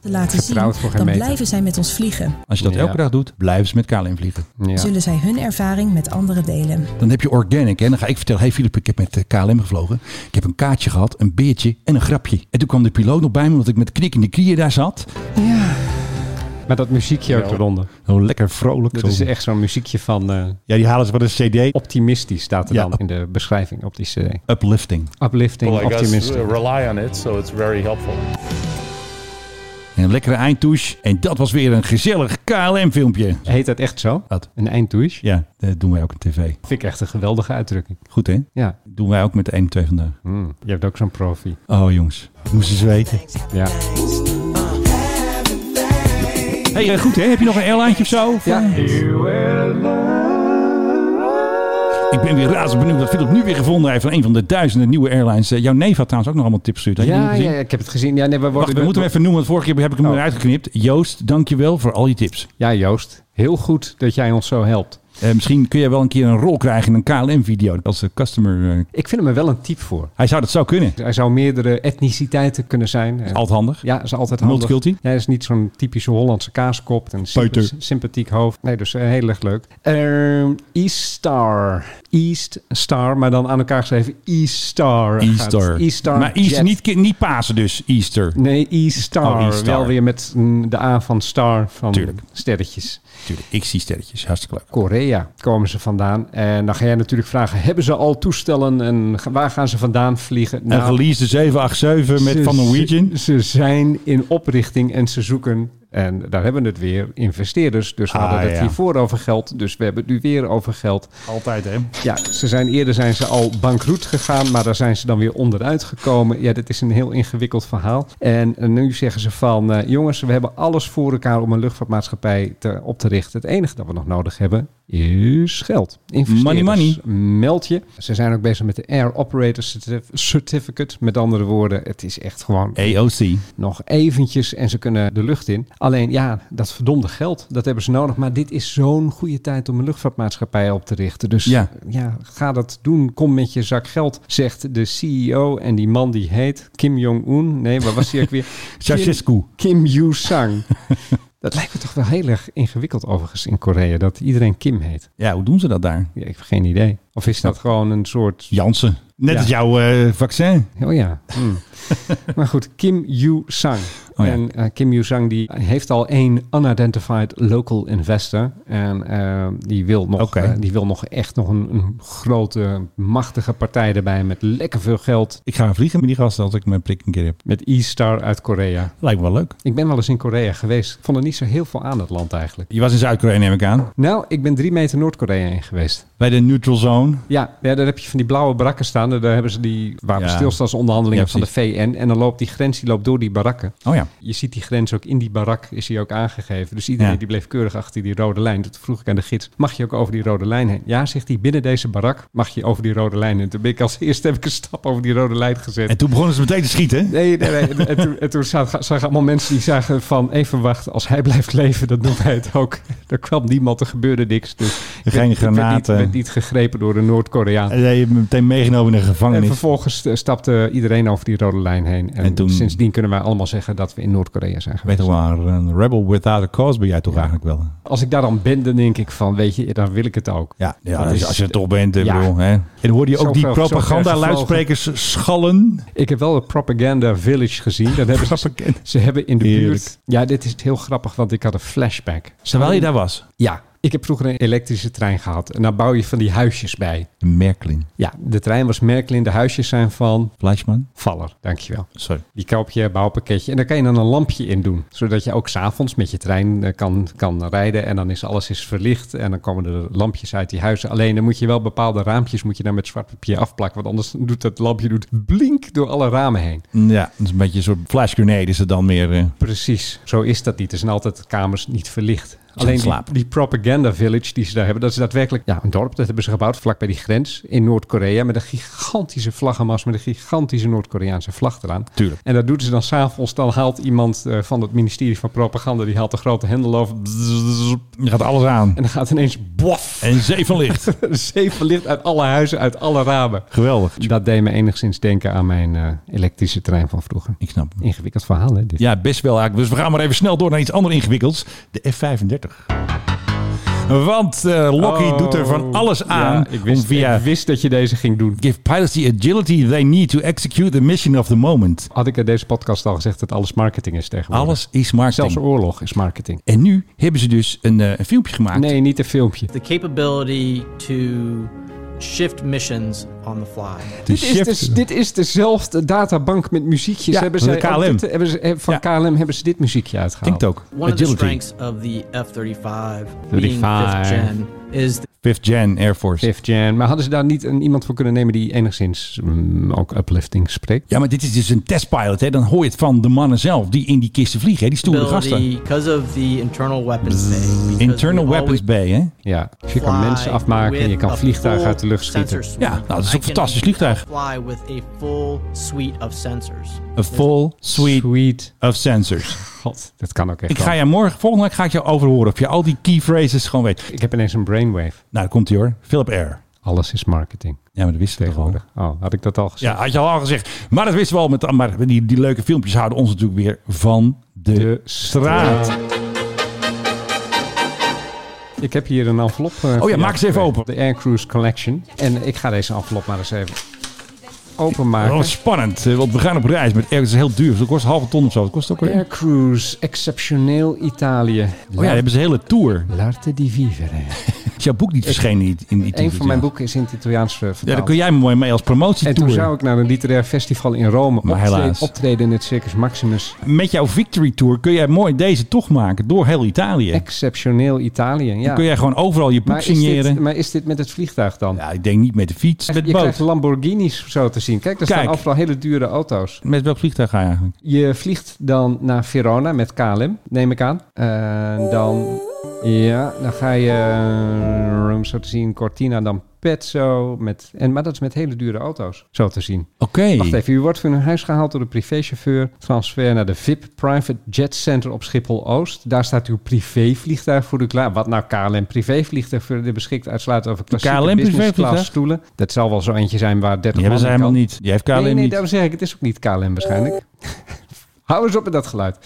Speaker 8: laten zien,
Speaker 5: Vertrouwd voor geen
Speaker 8: dan
Speaker 5: meter.
Speaker 8: blijven zij met ons vliegen.
Speaker 4: Als je dat
Speaker 5: Ja.
Speaker 4: elke dag doet, blijven ze met KLM vliegen.
Speaker 5: Ja.
Speaker 8: Zullen zij hun ervaring met anderen delen.
Speaker 4: Dan heb je organic. Hè? Dan ga ik vertellen, hey Filip, ik heb met eh, KLM gevlogen. Ik heb een kaartje gehad, een beertje en een grapje. En toen kwam de piloot nog bij me, omdat ik met knikkende knieën daar zat.
Speaker 5: Met dat muziekje ook eronder.
Speaker 4: Zo Oh, lekker vrolijk.
Speaker 5: Dat
Speaker 4: zo.
Speaker 5: is echt zo'n muziekje van eh,
Speaker 4: Ja, die halen ze van een cd.
Speaker 5: optimistisch staat er
Speaker 4: Ja.
Speaker 5: dan in de beschrijving op die CD.
Speaker 4: Uplifting.
Speaker 5: Uplifting, optimistisch.
Speaker 9: rely on it, so it's very helpful.
Speaker 4: En een lekkere eindtouche. En dat was weer een gezellig KLM filmpje.
Speaker 5: Heet dat echt zo?
Speaker 4: Wat?
Speaker 5: Een eindtouche?
Speaker 4: Ja, dat doen wij ook op tv.
Speaker 5: Vind ik echt een geweldige uitdrukking.
Speaker 4: Goed hè?
Speaker 5: Ja,
Speaker 4: Doen wij ook met de 1 2 vandaag.
Speaker 5: Mm, je hebt ook zo'n profi.
Speaker 4: Oh jongens, Hm. moesten ze weten.
Speaker 5: Ja.
Speaker 4: hey, eh, goed hè? Heb je nog een airline of zo? Of, eh, Ik ben weer razend benieuwd wat Philip nu weer gevonden heeft van een van de duizenden nieuwe airlines. Eh, Jouw neef had trouwens ook nog allemaal tips gestuurd. Had je die
Speaker 5: Ja,
Speaker 4: gezien?
Speaker 5: ja, ik heb het gezien. Ja, nee, we
Speaker 4: Wacht,
Speaker 5: worden
Speaker 4: we moeten hem even noemen, want vorige keer heb ik hem
Speaker 5: Oh.
Speaker 4: eruit geknipt. Joost, dankjewel voor al je tips.
Speaker 5: Ja, Joost, heel goed dat jij ons zo helpt.
Speaker 4: Eh, misschien kun jij wel een keer een rol krijgen in een KLM-video als eh, customer. eh,
Speaker 5: Ik vind hem er wel een type voor.
Speaker 4: hij zou dat zou kunnen.
Speaker 5: Hij zou meerdere etniciteiten kunnen zijn. En-
Speaker 4: Altijd handig.
Speaker 5: Ja, is altijd handig.
Speaker 4: Multiculti?
Speaker 5: Ja, is niet zo'n typische Hollandse kaaskop. Een sympa-
Speaker 4: Peuter.
Speaker 5: sympathiek hoofd. Nee, dus eh, heel erg leuk. Ehm, East Star. East Star, maar dan aan elkaar geschreven East Star.
Speaker 4: Easter.
Speaker 5: Gaat East Star
Speaker 4: maar East,
Speaker 5: Jet.
Speaker 4: niet, ki- niet Pasen dus, Easter.
Speaker 5: Nee, East Star.
Speaker 4: Oh, East Star.
Speaker 5: Wel weer met mm, de A van Star van
Speaker 4: Tuurlijk.
Speaker 5: sterretjes.
Speaker 4: Natuurlijk, ik zie sterretjes. Hartstikke leuk.
Speaker 5: Korea komen ze vandaan. En dan ga jij natuurlijk vragen, hebben ze al toestellen en ga- waar gaan ze vandaan vliegen?
Speaker 4: En
Speaker 5: Nou,
Speaker 4: release de 787 met
Speaker 5: Ze-
Speaker 4: Van Norwegian.
Speaker 5: Ze, ze zijn in oprichting en ze zoeken, en daar hebben we het weer, investeerders. Dus we hadden
Speaker 4: Ah,
Speaker 5: het
Speaker 4: ja.
Speaker 5: hiervoor over geld, dus we hebben het nu weer over geld.
Speaker 4: Altijd hè.
Speaker 5: Ja, ze zijn, eerder zijn ze al bankroet gegaan, maar daar zijn ze dan weer onderuit gekomen. Ja, dit is een heel ingewikkeld verhaal. En eh, nu zeggen ze van, eh, jongens, we hebben alles voor elkaar om een luchtvaartmaatschappij te, op te richten. Het enige dat we nog nodig hebben is geld. Investeerders,
Speaker 4: money.
Speaker 5: Meld je. Ze zijn ook bezig met de Air Operator Certif- Certificate. Met andere woorden, het is echt gewoon
Speaker 4: AOC.
Speaker 5: nog eventjes en ze kunnen de lucht in. Alleen ja, dat verdomde geld, dat hebben ze nodig. Maar dit is zo'n goede tijd om een luchtvaartmaatschappij op te richten. Dus
Speaker 4: Ja.
Speaker 5: ja. ga dat doen. Kom met je zak geld, zegt de CEO. En die man die heet Kim Jong-un. Nee, waar was hij [laughs] ook weer? Kim,
Speaker 4: Ceausescu.
Speaker 5: Kim Yu-sang. [laughs] dat lijkt me toch wel heel erg ingewikkeld overigens in Korea. Dat iedereen Kim heet.
Speaker 4: Ja, hoe doen ze dat daar?
Speaker 5: Ja, ik heb geen idee. Of is dat gewoon een soort...
Speaker 4: Jansen. Net
Speaker 5: Ja.
Speaker 4: als jouw eh, vaccin.
Speaker 5: Oh ja.
Speaker 4: [laughs]
Speaker 5: Hmm. maar goed, Kim Yu-sang.
Speaker 4: Oh ja.
Speaker 5: En eh, Kim Yu-sang die heeft al één unidentified local investor. En eh, die, wil nog,
Speaker 4: Oké.
Speaker 5: eh, die wil nog echt nog een, een grote, machtige partij erbij met lekker veel geld.
Speaker 4: Ik ga vliegen met die gasten als ik mijn prik een keer heb.
Speaker 5: Met E-Star uit Korea.
Speaker 4: Lijkt me wel leuk.
Speaker 5: Ik ben wel eens in Korea geweest. Vond er niet zo heel veel aan dat land eigenlijk.
Speaker 4: Je was in Zuid-Korea neem ik aan.
Speaker 5: Nou, ik ben drie meter Noord-Korea in geweest.
Speaker 4: Bij de neutral zone.
Speaker 5: Ja, ja, daar heb je van die blauwe barakken staan. Daar hebben ze die wapenstilstandsonderhandelingen
Speaker 4: Ja,
Speaker 5: van de VN. En dan loopt die grens die loopt door die barakken.
Speaker 4: Oh ja.
Speaker 5: Je ziet die grens ook in die barak, is die ook aangegeven. Dus iedereen
Speaker 4: Ja.
Speaker 5: die bleef keurig achter die rode lijn. Toen vroeg ik aan de gids, mag je ook over die rode lijn heen? Ja, zegt hij, binnen deze barak mag je over die rode lijn heen. Toen ben ik als eerste heb ik een stap over die rode lijn gezet.
Speaker 4: En toen begonnen ze meteen te schieten.
Speaker 5: Nee, nee, nee. En toen, en toen zagen, zagen allemaal mensen die zagen van... even wachten, als hij blijft leven, dan doen wij het ook. Er kwam niemand, er gebeurde niks. Dus ik
Speaker 4: Geen
Speaker 5: werd- ik werd niet-
Speaker 4: granaten.
Speaker 5: werd niet gegrepen door een Noord-Koreaan.
Speaker 4: En jij hebt me meteen meegenomen in de
Speaker 5: En
Speaker 4: gevangenis.
Speaker 5: vervolgens eh, stapte iedereen over die rode lijn heen. En,
Speaker 4: En toen-
Speaker 5: sindsdien kunnen wij allemaal zeggen dat we in Noord-Korea zijn
Speaker 4: Weet
Speaker 5: geweest.
Speaker 4: je wel, een rebel without a cause ben jij toch eigenlijk wel.
Speaker 5: Als ik daar dan ben, dan denk ik van, weet je, dan wil ik het ook.
Speaker 4: Ja, ja
Speaker 5: Dat
Speaker 4: dus
Speaker 5: is-
Speaker 4: als je er toch bent. ik
Speaker 5: Ja.
Speaker 4: Bedoel, hè. En dan hoorde je ook
Speaker 5: Zo
Speaker 4: die
Speaker 5: ver- zo ver
Speaker 4: propaganda-luidsprekers schallen.
Speaker 5: Ik heb wel de Propaganda Village gezien. Dat hebben ze,
Speaker 4: Propaganda.
Speaker 5: ze hebben in de
Speaker 4: Heerlijk.
Speaker 5: buurt... Ja, dit is heel grappig, want ik had een flashback.
Speaker 4: Terwijl je daar was.
Speaker 5: Ja, ik heb vroeger een elektrische trein gehad. En daar bouw je van die huisjes bij.
Speaker 4: Merklin.
Speaker 5: Ja, de trein was Merklin. De huisjes zijn van
Speaker 4: Fleischman.
Speaker 5: Valler. Dankjewel.
Speaker 4: Sorry.
Speaker 5: Die koop je, bouwpakketje. En daar kan je dan een lampje in doen. Zodat je ook s'avonds met je trein eh, kan, kan rijden. En dan is alles is verlicht. En dan komen er lampjes uit die huizen. Alleen dan moet je wel bepaalde raampjes moet je daar met zwart papier afplakken. Want anders doet dat lampje doet blink door alle ramen heen.
Speaker 4: Ja, dat is een beetje een soort flash grenade is het dan meer. eh.
Speaker 5: Precies, zo is dat niet. Er zijn altijd kamers niet verlicht. Alleen die,
Speaker 4: slapen.
Speaker 5: die propaganda village die ze daar hebben, dat is daadwerkelijk ja, een dorp. Dat hebben ze gebouwd vlakbij die grens in Noord-Korea. Met een gigantische vlaggenmast, met een gigantische Noord-Koreaanse vlag eraan.
Speaker 4: Tuurlijk.
Speaker 5: En dat doen ze dan s'avonds. Dan haalt iemand eh, van het ministerie van Propaganda, die haalt de grote hendel over. Bzzz,
Speaker 4: Je gaat alles aan.
Speaker 5: En dan gaat ineens bof,
Speaker 4: En zee van licht.
Speaker 5: [laughs] zeven licht uit alle huizen, uit alle ramen.
Speaker 4: [laughs] Geweldig.
Speaker 5: Dat deed me enigszins denken aan mijn eh, elektrische trein van vroeger.
Speaker 4: Ik snap hem.
Speaker 5: Ingewikkeld verhaal, hè? Dit.
Speaker 4: Ja, best wel eigenlijk. Dus we gaan maar even snel door naar iets ander ingewikkelds. De F-35. Want eh Lockheed
Speaker 5: Oh.
Speaker 4: doet er van alles
Speaker 5: Ja,
Speaker 4: aan
Speaker 5: ik, wist,
Speaker 4: om via
Speaker 5: ik wist dat je deze ging doen.
Speaker 4: Give pilots the agility they need to execute the mission of the moment.
Speaker 5: Had ik in deze podcast al gezegd dat alles marketing is tegenwoordig.
Speaker 4: Alles is marketing.
Speaker 5: Zelfs oorlog is marketing.
Speaker 4: En nu hebben ze dus een, eh, een filmpje gemaakt.
Speaker 5: Nee, niet een filmpje.
Speaker 2: The capability to shift missions on the fly.
Speaker 4: De
Speaker 5: Dit is,
Speaker 4: shift.
Speaker 5: dus, dit is dezelfde databank met muziekjes.
Speaker 4: Ja,
Speaker 5: hebben
Speaker 4: van
Speaker 5: zij
Speaker 4: de
Speaker 5: ook
Speaker 4: KLM.
Speaker 5: dit- hebben ze, eh, van
Speaker 4: Ja.
Speaker 5: KLM hebben ze dit muziekje uitgehaald.
Speaker 4: Klinkt ook.
Speaker 2: One of the
Speaker 4: Agility.
Speaker 2: strengths of the F-35, being
Speaker 5: 35.
Speaker 2: fifth gen is
Speaker 4: Fifth Gen Air Force.
Speaker 5: Fifth Gen. Maar hadden ze daar niet een, iemand voor kunnen nemen die enigszins mm, ook uplifting spreekt?
Speaker 4: Ja, maar dit is dus een testpilot. Hè? Dan hoor je het van de mannen zelf die in die kisten vliegen. Hè? Die
Speaker 2: the
Speaker 4: stoere gasten.
Speaker 2: ability because of the internal weapons bay.
Speaker 4: Internal Weapons
Speaker 2: bay.
Speaker 4: Bay, hè?
Speaker 5: Ja. Dus je kan mensen afmaken, je kan vliegtuigen uit de lucht schieten.
Speaker 4: Ja, nou, dat is ook een fantastisch vliegtuig.
Speaker 2: Fly with a full suite of sensors.
Speaker 4: A full suite
Speaker 5: Sweet.
Speaker 4: of sensors.
Speaker 5: God, dat kan ook echt
Speaker 4: Ik
Speaker 5: wel.
Speaker 4: ga
Speaker 5: ik,
Speaker 4: je morgen, volgende week ga ik jou overhoren of je al die key phrases gewoon weet.
Speaker 5: heb ineens een brainwave.
Speaker 4: Nou, daar komt hij hoor. Philip Air.
Speaker 5: Alles is marketing
Speaker 4: Ja, maar dat wist ik toch al.
Speaker 5: tegenwoordig. Oh, had ik dat al gezegd?
Speaker 4: Ja, had je al gezegd. Maar dat wisten we al. Met, maar die, die leuke filmpjes houden ons natuurlijk weer van de,
Speaker 5: De
Speaker 4: straat.
Speaker 5: Ik heb hier een envelop. eh, voor jou
Speaker 4: Oh maak eens even
Speaker 5: gekregen.
Speaker 4: open.
Speaker 5: De Air Cruise Collection. En ik ga deze envelop maar eens even
Speaker 4: Dat
Speaker 5: openmaken.
Speaker 4: was spannend, eh, want we gaan op reis met ergens heel duur. Dat kost een halve ton of zo. Dat kost ook weer.
Speaker 5: Air Cruise, exceptioneel Italië.
Speaker 4: Oh ja, daar hebben ze een hele tour.
Speaker 5: L'arte di vivere.
Speaker 4: Is jouw boek niet verschenen in, in die
Speaker 5: Een
Speaker 4: tour?
Speaker 5: van mijn boeken is in het Italiaans eh, vertaald.
Speaker 4: Ja, daar kun jij mooi mee als
Speaker 5: en toen
Speaker 4: promotietour.
Speaker 5: zou ik naar een literair festival in Rome
Speaker 4: Maar
Speaker 5: optre-
Speaker 4: helaas.
Speaker 5: optreden in het Circus Maximus.
Speaker 4: Met jouw victory tour kun jij mooi deze toch maken door heel Italië.
Speaker 5: Exceptioneel Italië, ja.
Speaker 4: Dan kun jij gewoon overal je boek
Speaker 5: maar, is
Speaker 4: signeren.
Speaker 5: dit, maar is dit met het vliegtuig dan?
Speaker 4: Ja, ik denk niet met de fiets, met
Speaker 5: je
Speaker 4: de boot.
Speaker 5: krijgt Lamborghinis zo te zien. Kijk, daar staan
Speaker 4: Kijk.
Speaker 5: overal hele dure auto's.
Speaker 4: Met welk vliegtuig ga je eigenlijk?
Speaker 5: Je vliegt dan naar Verona met KLM, neem ik aan. En dan, ja, dan ga je eh, Rome zo te zien, Cortina, dan Pezzo. Met, en, maar dat is met hele dure auto's, zo te zien.
Speaker 4: Oké.
Speaker 5: Wacht even, u wordt van uw huis gehaald door de privéchauffeur. Transfer naar de VIP Private Jet Center op Schiphol-Oost. Daar staat uw privévliegtuig voor u klaar. Wat nou KLM privévliegtuig voor de beschikt uitsluit over klassieke
Speaker 4: KLM
Speaker 5: business
Speaker 4: privévliegtuig?
Speaker 5: class stoelen. Dat zal wel zo eentje zijn waar 30
Speaker 4: Die hebben ze
Speaker 5: man in
Speaker 4: helemaal
Speaker 5: kan.
Speaker 4: niet. Die heeft KLM
Speaker 5: nee, nee,
Speaker 4: niet.
Speaker 5: daarom zeg ik, het is ook niet KLM waarschijnlijk. [laughs] Hou eens op met dat geluid.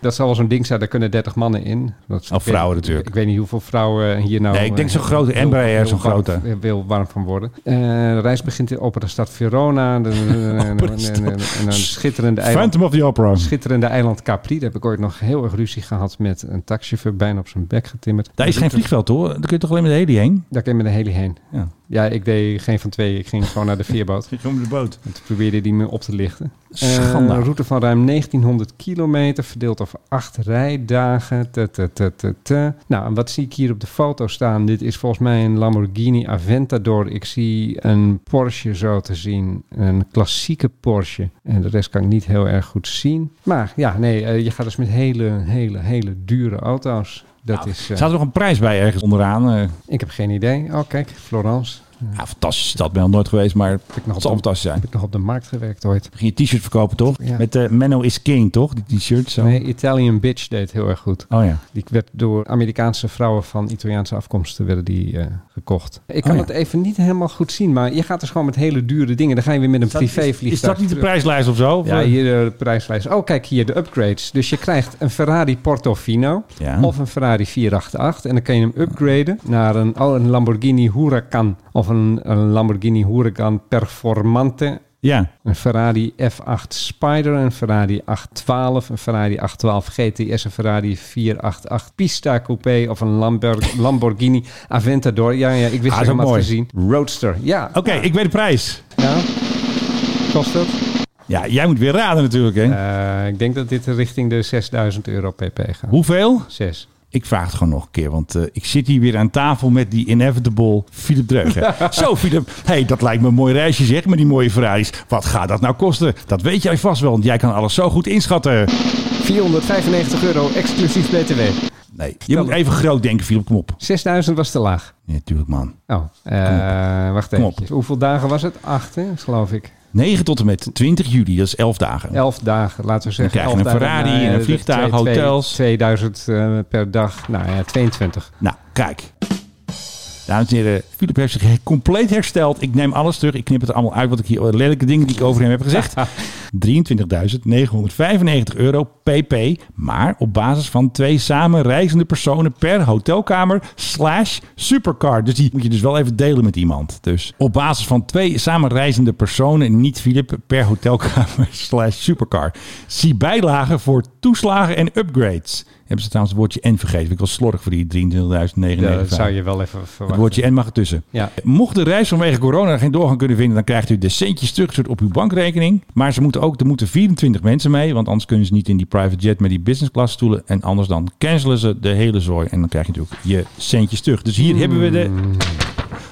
Speaker 5: Dat zal wel zo'n ding zijn, daar kunnen 30 mannen in. Dat
Speaker 4: Of vrouwen natuurlijk.
Speaker 5: Ik weet niet hoeveel vrouwen hier nou...
Speaker 4: Nee, ik denk
Speaker 5: eh,
Speaker 4: zo'n grote
Speaker 5: heel-
Speaker 4: Embraer,
Speaker 5: heel
Speaker 4: zo'n
Speaker 5: warm- eh,
Speaker 4: grote.
Speaker 5: Heel warm van worden. Eh, de reis begint in opera stad Verona. [laughs] De- en- en- en- en- en een schitterende eiland.
Speaker 4: Phantom of the Opera.
Speaker 5: Schitterende eiland Capri. Daar heb ik ooit nog heel erg ruzie gehad met een taxichauffeur. Bijna op zijn bek getimmerd.
Speaker 4: Daar is geen vliegveld hoor. Daar kun je toch alleen met de heli heen?
Speaker 5: Daar kwam ik met een hele heen.
Speaker 4: Ja.
Speaker 5: Ja, ik deed geen van twee. Ik ging gewoon naar de [laughs] veerboot.
Speaker 4: Gewoon met de boot.
Speaker 5: En toen probeerde die me op te lichten.
Speaker 4: Schande.
Speaker 5: Eh, Een route van ruim 1900 kilometer, verdeeld over acht rijdagen. Te, te, te, te, te. Nou, en wat zie ik hier op de foto staan? Dit is volgens mij een Lamborghini Aventador. Ik zie een Porsche zo te zien. Een klassieke Porsche. En de rest kan ik niet heel erg goed zien. Maar ja, nee, eh, je gaat dus met hele, hele, hele dure auto's. Dat is... eh,
Speaker 4: Staat er nog een prijs bij ergens onderaan? eh?
Speaker 5: ik heb geen idee. Oh, kijk, Florence.
Speaker 4: ja, fantastische stad. Ben al nooit geweest, maar het
Speaker 5: Heb ik nog op
Speaker 4: zal
Speaker 5: de,
Speaker 4: fantastisch zijn.
Speaker 5: heb ik nog op de markt gewerkt ooit.
Speaker 4: Ging je t-shirt verkopen toch?
Speaker 5: Ja.
Speaker 4: Met eh Menno is King toch? Die t-shirt zo.
Speaker 5: Nee, Italian Bitch deed heel erg goed.
Speaker 4: Oh ja.
Speaker 5: Die werd door Amerikaanse vrouwen van Italiaanse afkomsten werden die, eh, gekocht. Ik kan
Speaker 4: Oh ja.
Speaker 5: het even niet helemaal goed zien, maar je gaat dus gewoon met hele dure dingen. Dan ga je weer met een privévliegtuig.
Speaker 4: Is dat niet de
Speaker 5: terug.
Speaker 4: prijslijst of zo? Of,
Speaker 5: Ja,
Speaker 4: eh,
Speaker 5: hier eh, de prijslijst. Oh, kijk hier, de upgrades. Dus je krijgt een Ferrari Portofino
Speaker 4: Ja.
Speaker 5: of een Ferrari 488. En dan kan je hem upgraden naar een, oh, een Lamborghini Huracan of een, een Lamborghini Huracan Performante
Speaker 4: ja. Ah,
Speaker 5: een Ferrari F8 Spider, een Ferrari 812, een Ferrari 812 GTS, een Ferrari 488 Pista Coupé of een Lamber- [laughs] Lamborghini Aventador. Ja, ja, ik wist
Speaker 4: Ah,
Speaker 5: het
Speaker 4: zo
Speaker 5: helemaal
Speaker 4: mooi.
Speaker 5: te zien. Roadster, ja.
Speaker 4: Oké, ik weet de prijs.
Speaker 5: Nou, kost dat?
Speaker 4: Ja, jij moet weer raden natuurlijk hè.
Speaker 5: Eh, ik denk dat dit richting de 6000 euro pp gaat.
Speaker 4: Hoeveel?
Speaker 5: Zes.
Speaker 4: Ik vraag het gewoon nog een keer, want eh, ik zit hier weer aan tafel met die inevitable Philip Dreugen. Zo, Philip, hey, dat lijkt me een mooi reisje, zeg, met die mooie Ferraris. Wat gaat dat nou kosten? Dat weet jij vast wel, want jij kan alles zo goed inschatten.
Speaker 5: 495 euro exclusief btw.
Speaker 4: Nee, je moet even groot denken, Philip, kom op.
Speaker 5: 6000 was te laag.
Speaker 4: Ja, tuurlijk, man.
Speaker 5: Oh, eh, wacht
Speaker 4: Kom op.
Speaker 5: even. Hoeveel dagen was het? Acht, hè, geloof ik.
Speaker 4: 9 tot en met 20 juli, dat is 11 dagen.
Speaker 5: Elf dagen, laten we zeggen.
Speaker 4: krijg je
Speaker 5: elf
Speaker 4: een
Speaker 5: dagen
Speaker 4: Ferrari
Speaker 5: na,
Speaker 4: en een
Speaker 5: eh, de
Speaker 4: vliegtuig,
Speaker 5: twee- twee-
Speaker 4: hotels.
Speaker 5: 2000 eh, per dag. Nou ja, 22.
Speaker 4: Nou, kijk. Dames en heren, Philip heeft zich compleet hersteld. Ik neem alles terug. Ik knip het allemaal uit wat ik hier lelijke dingen die ik over hem heb gezegd. 23.995 euro pp. Maar op basis van twee samen reizende personen per hotelkamer slash supercar. Dus die moet je dus wel even delen met iemand. Dus op basis van twee samen reizende personen, niet Philip, per hotelkamer [laughs] slash supercar. Zie bijlagen voor toeslagen en upgrades. Hebben ze trouwens het woordje N vergeten. Vind ik wel slordig voor die 23.995.
Speaker 5: Ja, dat zou je wel even verwachten.
Speaker 4: Het woordje en mag ertussen.
Speaker 5: Ja.
Speaker 4: Mocht de reis vanwege corona geen doorgang kunnen vinden, dan krijgt u de centjes teruggestuurd op uw bankrekening. Maar ze moeten ook, er moeten 24 mensen mee, want anders kunnen ze niet in die private jet met die business class stoelen. En anders dan cancelen ze de hele zooi en dan krijg je natuurlijk je centjes terug. Dus hier hebben we de,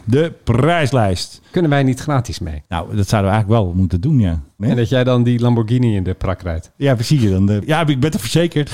Speaker 4: de prijslijst.
Speaker 5: Kunnen wij niet gratis mee?
Speaker 4: Nou, dat zouden we eigenlijk wel moeten doen, ja. Nee?
Speaker 5: En dat jij dan die Lamborghini in de prak rijdt.
Speaker 4: Ja, precies. Dan de, ja, ik ben er verzekerd.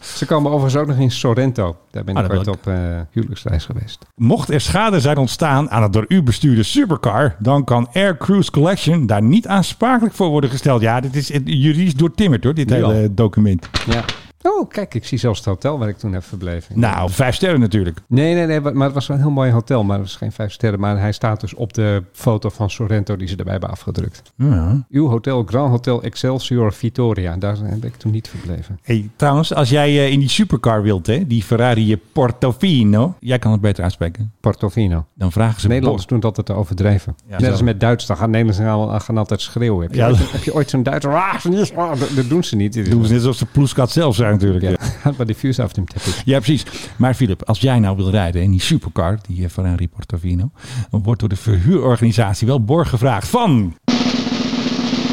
Speaker 5: Ze komen overigens ook nog in Sorrento. Daar ben ik
Speaker 4: Ah, dat
Speaker 5: ooit
Speaker 4: wil
Speaker 5: op eh huwelijksreis geweest.
Speaker 4: Mocht er schade zijn ontstaan aan het door u bestuurde supercar, dan kan Air Cruise Collection daar niet aansprakelijk voor worden gesteld. Ja, dit is juridisch doortimmerd hoor, dit
Speaker 5: Nu
Speaker 4: hele document.
Speaker 5: Ja. Oh, kijk, ik zie zelfs het hotel waar ik toen heb verbleven.
Speaker 4: Nou, vijf sterren natuurlijk.
Speaker 5: Nee, nee, nee, maar het was wel een heel mooi hotel. Maar het was geen vijf sterren. Maar hij staat dus op de foto van Sorrento die ze erbij hebben afgedrukt.
Speaker 4: Ja.
Speaker 5: Uw hotel, Grand Hotel Excelsior Vittoria. Daar ben ik toen niet verbleven.
Speaker 4: Hey, trouwens, als jij eh, in die supercar wilt, hè, die Ferrari Portofino, jij kan het beter aanspreken,
Speaker 5: Portofino.
Speaker 4: dan vragen ze
Speaker 5: Nederlanders doen het altijd te overdreven.
Speaker 4: Ja,
Speaker 5: Net
Speaker 4: zo.
Speaker 5: als met Duits. Dan gaan Nederlanders gaan, gaan altijd schreeuwen. Heb je,
Speaker 4: Ja,
Speaker 5: ooit,
Speaker 4: dat-
Speaker 5: heb je ooit zo'n Duits... "Ah, niet, ah," Dat, dat doen ze niet.
Speaker 4: Bos. Doen ze net alsof ze ploeskat zelf zijn natuurlijk. Ja.
Speaker 5: Ja, [laughs] gaat maar diffuus af dem teppich.
Speaker 4: Ja, precies. Maar Filip, als jij nou wil rijden in die supercar, die eh, Ferrari Portofino, dan wordt door de verhuurorganisatie wel borg gevraagd van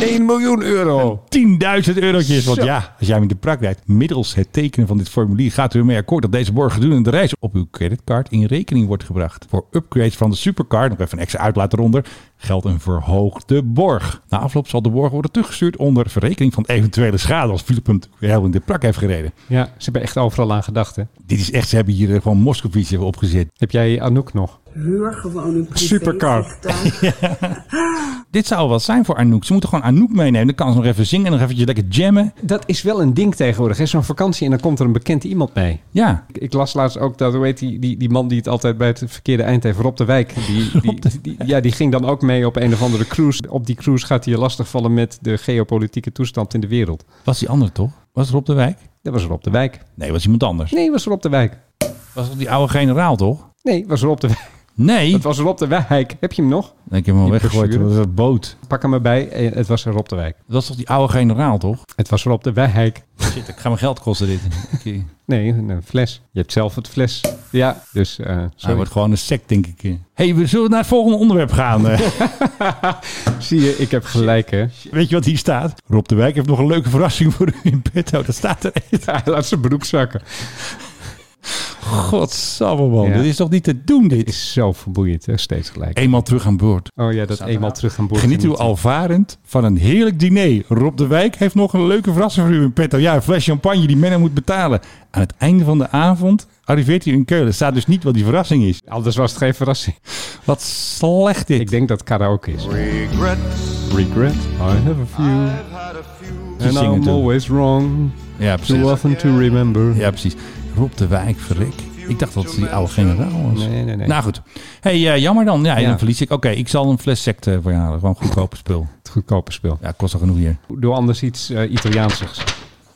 Speaker 5: 1 miljoen euro.
Speaker 4: 10.000 eurotjes. Want
Speaker 5: Zo.
Speaker 4: ja, als jij hem in de prak rijdt, middels het tekenen van dit formulier gaat u ermee akkoord dat deze borg gedurende de reis op uw creditcard in rekening wordt gebracht. Voor upgrades van de supercar, nog even een extra uitlaat eronder, geldt een verhoogde borg. Na afloop zal de borg worden teruggestuurd onder verrekening van eventuele schade als Philip hem heel in de prak heeft gereden.
Speaker 5: Ja, ze hebben echt overal aan gedacht. Hè.
Speaker 4: Dit is echt, ze hebben hier eh, gewoon Moscovici opgezet.
Speaker 5: Heb jij Anouk nog?
Speaker 3: Huur gewoon een privé
Speaker 5: Supercar.
Speaker 4: Dit zou wat zijn voor Anouk. Ze moeten gewoon Anouk meenemen. Dan kan ze nog even zingen en nog eventjes lekker jammen.
Speaker 5: Dat is wel een ding tegenwoordig. hè. Zo'n vakantie en dan komt er een bekend iemand mee.
Speaker 4: Ja,
Speaker 5: Ik, ik las laatst ook dat, hoe heet die, die, die man die het altijd bij het verkeerde eind heeft, Rob de Wijk. [laughs] Die, die, die- ja, die ging dan ook mee op een of andere cruise. Op die cruise gaat hij je lastigvallen met de geopolitieke toestand in de wereld.
Speaker 4: was die andere toch? Was Rob de Wijk?
Speaker 5: Dat was Rob de Wijk.
Speaker 4: Nee, was iemand anders.
Speaker 5: Nee, was Rob de Wijk.
Speaker 4: Was toch die oude generaal toch?
Speaker 5: Nee, was Rob de Wijk.
Speaker 4: Nee.
Speaker 5: Het was Rob de Wijk. Heb je hem nog?
Speaker 4: Ik heb hem al
Speaker 5: Die
Speaker 4: weggegooid.
Speaker 5: brochure.
Speaker 4: Dat was een boot.
Speaker 5: Pak hem erbij. Eh, Het was Rob de Wijk.
Speaker 4: Dat was toch die oude generaal, toch?
Speaker 5: Het was Rob de Wijk.
Speaker 4: Shit, ik ga mijn geld kosten [laughs] dit. Hij
Speaker 5: Nee, een een fles. Je hebt zelf het fles. Ja, dus eh zo
Speaker 4: wordt gewoon een sect, denk ik. Hé, hey, we zullen naar het volgende onderwerp gaan. [laughs] Eh,
Speaker 5: zie je, ik heb gelijk hè.
Speaker 4: Weet je wat hier staat? Rob de Wijk heeft nog een leuke verrassing voor u in petto. Dat staat er echt.
Speaker 5: Hij laat zijn broek zakken.
Speaker 4: Godsamme, man.
Speaker 5: Ja.
Speaker 4: Dit is toch niet te doen, dit?
Speaker 5: Is zo verboeiend hè, steeds gelijk.
Speaker 4: Eenmaal terug aan boord.
Speaker 5: Oh ja, dat eenmaal terug aan boord.
Speaker 4: Geniet u
Speaker 5: genieten.
Speaker 4: alvarend van een heerlijk diner. Rob de Wijk heeft nog een leuke verrassing voor u in petto. Ja, een fles champagne die men hem moet betalen. Aan het einde van de avond arriveert hij in Keulen. Er staat dus niet wat die verrassing is.
Speaker 5: Anders was het geen verrassing.
Speaker 4: Wat slecht dit.
Speaker 5: Ik denk dat het karaoke is. Regret, I have a few.
Speaker 4: Ze
Speaker 5: And
Speaker 4: zingen
Speaker 5: I'm
Speaker 4: toen.
Speaker 5: always wrong.
Speaker 4: Ja,
Speaker 5: Too
Speaker 4: precies.
Speaker 5: often to remember.
Speaker 4: Ja, precies. Rob de Wijk, verrek. Ik dacht dat het die oude generaal was.
Speaker 5: Nee, nee, nee.
Speaker 4: Nou goed. hey, eh, jammer dan. Ja,
Speaker 5: Ja.
Speaker 4: dan verlies ik. Oké, ik zal een fles sect eh, voor je halen. Gewoon goedkope spul.
Speaker 5: Het goedkope spul.
Speaker 4: Ja, het kost al genoeg hier.
Speaker 5: Doe anders iets eh, Italiaansigs.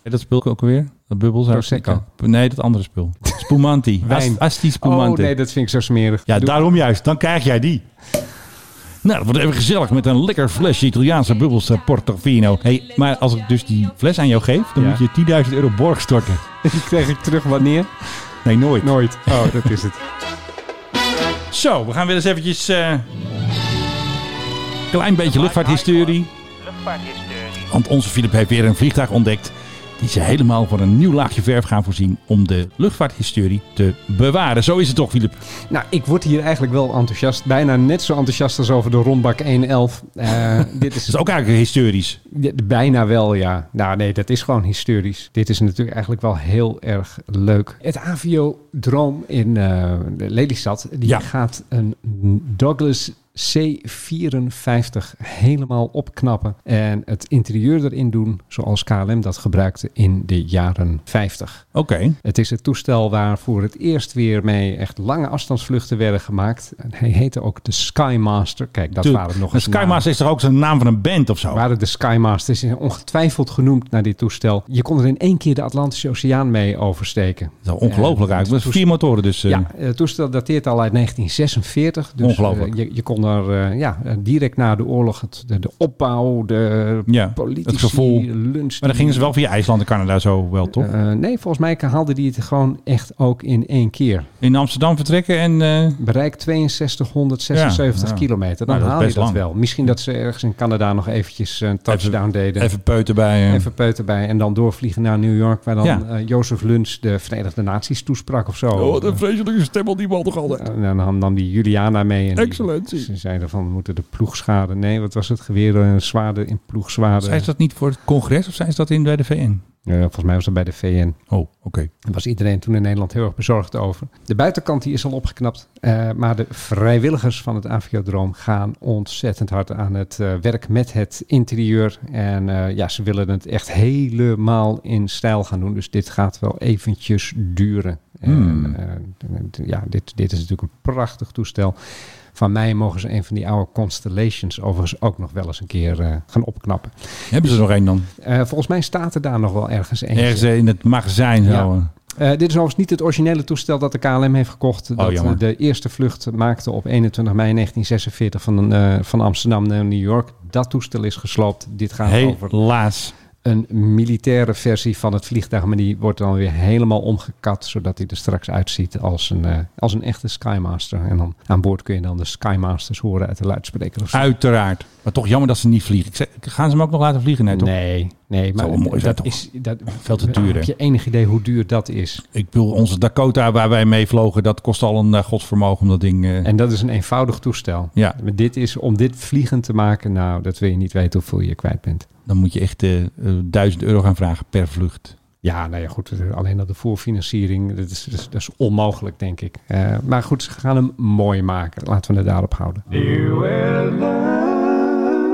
Speaker 4: En dat spul ook alweer? Dat bubbel zou ik
Speaker 5: Prosecco.
Speaker 4: zeggen. Nee, dat andere spul. [laughs] Spumanti.
Speaker 5: Wijn.
Speaker 4: Ast- Asti
Speaker 5: Oh
Speaker 4: Spumanti.
Speaker 5: nee, dat vind ik zo smerig.
Speaker 4: Ja,
Speaker 5: Doe-
Speaker 4: daarom juist. Dan krijg jij die. Nou, dat wordt even gezellig met een lekker flesje Italiaanse bubbels eh, Portofino. Hey, maar als ik dus die fles aan jou geef, dan
Speaker 5: Ja.
Speaker 4: moet je 10.000 euro borg storten.
Speaker 5: [laughs] Die kreeg ik terug wanneer?
Speaker 4: Nee, nooit.
Speaker 5: Nooit. Oh, dat is het.
Speaker 4: Zo, we gaan weer eens eventjes... eh klein beetje luchtvaarthistorie. Want onze Philip heeft weer een vliegtuig ontdekt... die ze helemaal van een nieuw laagje verf gaan voorzien... om de luchtvaarthistorie te bewaren. Zo is het toch, Philip?
Speaker 5: [laughs] Nou, ik word hier eigenlijk wel enthousiast. Bijna net zo enthousiast als over de rondbak 111. Eh, dit [laughs]
Speaker 4: Het
Speaker 5: is
Speaker 4: is ook eigenlijk historisch.
Speaker 5: dit- bijna wel, ja. Nou nee, dat is gewoon historisch. Dit is natuurlijk eigenlijk wel heel erg leuk. Het Aviodroom in eh, Lelystad, die
Speaker 4: Ja.
Speaker 5: gaat een Douglas C54 helemaal opknappen en het interieur erin doen zoals KLM dat gebruikte in de jaren 50.
Speaker 4: Oké.
Speaker 5: Het is het toestel waar voor het eerst weer mee echt lange afstandsvluchten werden gemaakt. En hij heette ook de Skymaster. Kijk, dat
Speaker 4: Tuurlijk.
Speaker 5: waren nog
Speaker 4: Een
Speaker 5: eens namen.
Speaker 4: Skymaster is toch ook zo'n naam van een band of zo?
Speaker 5: Waren de Skymasters ongetwijfeld genoemd naar dit toestel. Je kon er in één keer de Atlantische Oceaan mee oversteken.
Speaker 4: Dat is ongelooflijk
Speaker 5: Eh,
Speaker 4: eigenlijk. Dat is vier motoren dus. eh,
Speaker 5: Ja, het toestel dateert al uit 1946. Dus
Speaker 4: Ongelooflijk.
Speaker 5: eh, je, je kon er eh, ja, eh, direct na de oorlog het, de, de opbouw, de
Speaker 4: Ja,
Speaker 5: politici,
Speaker 4: het gevoel.
Speaker 5: lunch.
Speaker 4: Maar dan gingen ze wel via IJsland en Canada zo wel, toch?
Speaker 5: Eh, nee, volgens mij haalden die het gewoon echt ook in één keer.
Speaker 4: In Amsterdam vertrekken en... eh,
Speaker 5: Bereik 6276
Speaker 4: Ja, ja.
Speaker 5: kilometer. Dan
Speaker 4: Nou, dat is
Speaker 5: haal je
Speaker 4: best
Speaker 5: dat
Speaker 4: lang.
Speaker 5: wel. Misschien dat ze ergens in Canada nog eventjes een touchdown deden.
Speaker 4: even peuten bij... eh,
Speaker 5: Even peuter bij en dan doorvliegen naar New York, waar dan
Speaker 4: Ja.
Speaker 5: eh, Jozef Luns de Verenigde Naties toesprak of zo.
Speaker 4: Oh, wat een vreselijke stem had die man toch altijd.
Speaker 5: en dan nam- nam die Juliana mee. En die-
Speaker 4: Excellentie.
Speaker 5: ze zeiden van, we moeten de ploegschade. Nee, wat was het? Geweren, zwaarden in ploegzwaarden.
Speaker 4: Zijn ze dat niet voor het congres of zijn ze dat in bij de VN?
Speaker 5: Ja, volgens mij was dat bij de VN.
Speaker 4: Oh, oké.
Speaker 5: Daar was iedereen toen in Nederland heel erg bezorgd over. De buitenkant die is al opgeknapt. eh, maar de vrijwilligers van het Aviodroom gaan ontzettend hard aan het eh, werk met het interieur. En eh, ja, ze willen het echt helemaal in stijl gaan doen. Dus dit gaat wel eventjes duren.
Speaker 4: Hmm.
Speaker 5: En, eh, ja, dit, dit is natuurlijk een prachtig toestel. Van mij mogen ze een van die oude Constellations overigens ook nog wel eens een keer eh, gaan opknappen.
Speaker 4: Hebben ze er nog één dan?
Speaker 5: Eh, volgens mij staat er daar nog wel ergens eentje.
Speaker 4: Ergens eh, in het magazijn zo.
Speaker 5: Ja.
Speaker 4: eh.
Speaker 5: Eh, dit is overigens niet het originele toestel dat de KLM heeft gekocht. dat
Speaker 4: Oh, jammer.
Speaker 5: eh, de eerste vlucht maakte op 21 mei 1946 van, eh, van Amsterdam naar New York. Dat toestel is gesloopt. Dit gaat over
Speaker 4: Helaas.
Speaker 5: een militaire versie van het vliegtuig. Maar die wordt dan weer helemaal omgekat. Zodat hij er straks uitziet als een, eh, als een echte Skymaster. En dan aan boord kun je dan de Skymasters horen uit de luidspreker of zo.
Speaker 4: Uiteraard. Maar toch jammer dat ze niet vliegen. Ik zei, gaan ze hem ook nog laten vliegen? Nee, toch?
Speaker 5: Nee, nee, maar
Speaker 4: wel mooi zijn,
Speaker 5: dat
Speaker 4: toch?
Speaker 5: is dat,
Speaker 4: Veel te duur, hè?
Speaker 5: Heb je enig idee hoe duur dat is?
Speaker 4: Ik bedoel, onze Dakota waar wij mee vlogen, dat kost al een eh, godsvermogen om dat ding... eh,
Speaker 5: En dat is een eenvoudig toestel.
Speaker 4: ja,
Speaker 5: Maar dit is om dit vliegend te maken, nou, dat wil je niet weten hoeveel je kwijt bent.
Speaker 4: dan moet je echt eh eh, 1000 euro gaan vragen per vlucht.
Speaker 5: Ja, nou ja, goed. Alleen al de voorfinanciering, dat is, dat is, dat is onmogelijk, denk ik. Eh, maar goed, ze gaan hem mooi maken. Laten we het daarop houden.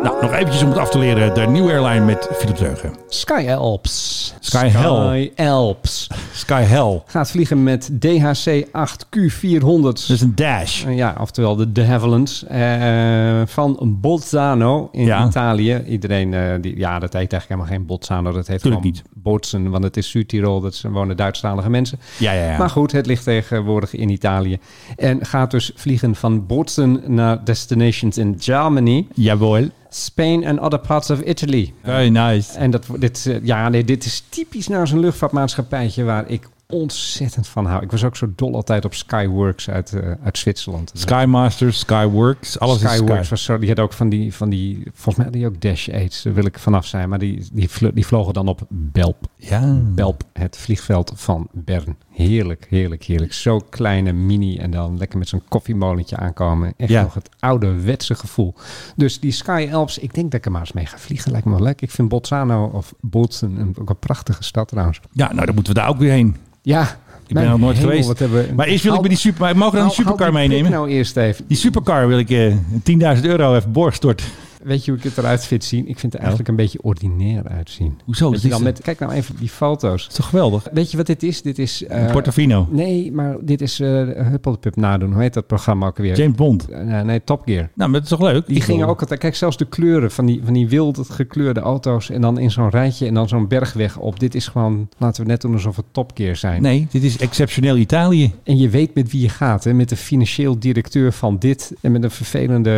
Speaker 4: Nou, nog eventjes om het af te leren. De New Airline met Philip Zeugen.
Speaker 5: Sky Alps.
Speaker 4: Sky Hell.
Speaker 5: Sky Alps.
Speaker 4: Sky Hell.
Speaker 5: Gaat vliegen met DHC 8Q400.
Speaker 4: Dat is een dash.
Speaker 5: Eh, Ja, oftewel de De Havilland eh, van Bolzano in
Speaker 4: Ja.
Speaker 5: Italië. Iedereen, eh, die, ja, dat heet eigenlijk helemaal geen Bolzano. Dat heet
Speaker 4: Tuurlijk
Speaker 5: gewoon Botsen, want het is Zuid-Tirol. Dat zijn- wonen Duitsstalige mensen.
Speaker 4: Ja, ja, ja.
Speaker 5: Maar goed, het ligt tegenwoordig in Italië. En gaat dus vliegen van Botsen naar destinations in Germany,
Speaker 4: Jawel.
Speaker 5: Spain en other parts of Italy.
Speaker 4: Very nice.
Speaker 5: En dat, dit, eh, ja, nee, dit is typisch nou zo'n luchtvaartmaatschappijtje waar ik ontzettend van hou. Ik was ook zo dol altijd op Skyworks uit, eh, uit Zwitserland.
Speaker 4: Skymaster, Skyworks, alles
Speaker 5: Skyworks
Speaker 4: is Sky.
Speaker 5: was zo, die had ook van die, van die volgens mij had die ook Dash 8, daar wil ik vanaf zijn, maar die, die, vlo- die vlogen dan op Belp.
Speaker 4: Ja.
Speaker 5: Belp, het vliegveld van Bern. Heerlijk, heerlijk, heerlijk. Zo kleine mini en dan lekker met zo'n koffiemolentje aankomen. Echt
Speaker 4: Ja.
Speaker 5: nog het ouderwetse gevoel. Dus die Sky Alps, ik denk dat ik er maar eens mee ga vliegen. Lijkt me wel leuk. Ik vind Bolzano of Bolzen een, ook een prachtige stad trouwens.
Speaker 4: ja, nou dan moeten we daar ook weer heen.
Speaker 5: Ja,
Speaker 4: Ik
Speaker 5: mijn
Speaker 4: ben nog nooit
Speaker 5: hemel,
Speaker 4: geweest.
Speaker 5: wat hebben we-
Speaker 4: Maar eerst wil ik
Speaker 5: Haal-
Speaker 4: met die super... Maar mogen we dan
Speaker 5: haal-
Speaker 4: die supercar
Speaker 5: haal die prik
Speaker 4: meenemen?
Speaker 5: nou eerst even.
Speaker 4: Die supercar wil ik eh 10.000 euro even borgstort.
Speaker 5: Weet je hoe ik het eruit vind zien? Ik vind het eigenlijk een beetje ordinair uitzien.
Speaker 4: Hoezo?
Speaker 5: Dat je dan met, kijk nou even op die foto's.
Speaker 4: is toch geweldig?
Speaker 5: Weet je wat dit is? Dit is... eh,
Speaker 4: Portofino.
Speaker 5: nee, maar dit is eh Huppeldepup nadoen. Hoe heet dat programma ook weer?
Speaker 4: James Bond.
Speaker 5: Eh, nee, Top Gear.
Speaker 4: Nou, maar dat is toch leuk?
Speaker 5: Die gingen ook altijd... Kijk, zelfs de kleuren van die, van die wild gekleurde auto's... en dan in zo'n rijtje en dan zo'n bergweg op. Dit is gewoon... Laten we net doen alsof het Top Gear zijn.
Speaker 4: Nee, dit is exceptioneel Italië.
Speaker 5: En je weet met wie je gaat. Hè? Met de financieel directeur van dit. En met een vervelende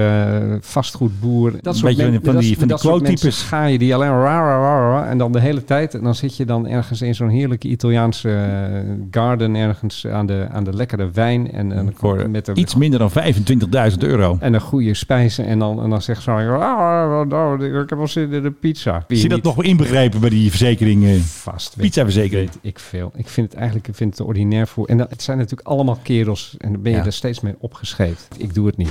Speaker 5: eh, vastgoedboer. Dat soort
Speaker 4: beetje
Speaker 5: men-
Speaker 4: van
Speaker 5: dat-
Speaker 4: die- van
Speaker 5: dat
Speaker 4: die
Speaker 5: soort mensen
Speaker 4: quote-types.
Speaker 5: Ga je die alleen ra, ra, ra, ra, En dan de hele tijd. En dan zit je dan ergens in zo'n heerlijke Italiaanse eh, garden. Ergens aan de, aan de lekkere wijn. En, en
Speaker 4: Voor
Speaker 5: met een,
Speaker 4: iets minder dan 25.000 euro.
Speaker 5: en een goede spijzen. En dan, en dan zegt "Ah, ze. "Ra, ra, ra, ra, nou, Ik heb wel zin in de pizza.
Speaker 4: Zie je dat nog inbegrepen bij die verzekering? eh,
Speaker 5: Vast. weet
Speaker 4: Pizzaverzekering.
Speaker 5: Weet ik veel. Ik vind het eigenlijk ik vind het er ordinair voor. En dat, het zijn natuurlijk allemaal kerels. En dan ben je
Speaker 4: Ja.
Speaker 5: er steeds mee opgeschreven. Ik doe het niet.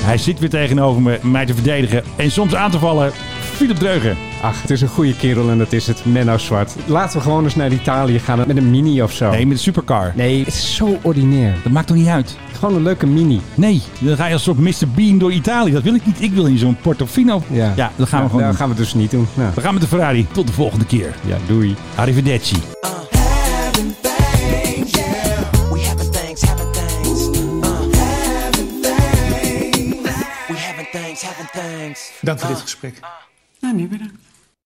Speaker 4: Hij zit weer tegenover me, mij te verdedigen en soms aan te vallen. Philip Dreugen.
Speaker 5: Ach, het is een goede kerel en dat is het Menno Zwart. Laten we gewoon eens naar Italië gaan met een mini of zo.
Speaker 4: Nee, met een supercar.
Speaker 5: nee het is zo ordinair.
Speaker 4: Dat maakt toch niet uit?
Speaker 5: Gewoon een leuke mini.
Speaker 4: Nee, dan ga je als soort Mr. Bean door Italië. Dat wil ik niet. Ik wil in zo'n Portofino.
Speaker 5: Ja.
Speaker 4: dat gaan we
Speaker 5: Nou,
Speaker 4: gewoon
Speaker 5: nou,
Speaker 4: doen.
Speaker 5: gaan we het dus niet doen. Nou,
Speaker 4: We gaan met de Ferrari. Tot de volgende keer.
Speaker 5: ja, doei.
Speaker 4: Arrivederci.
Speaker 3: Nou, nu bedankt.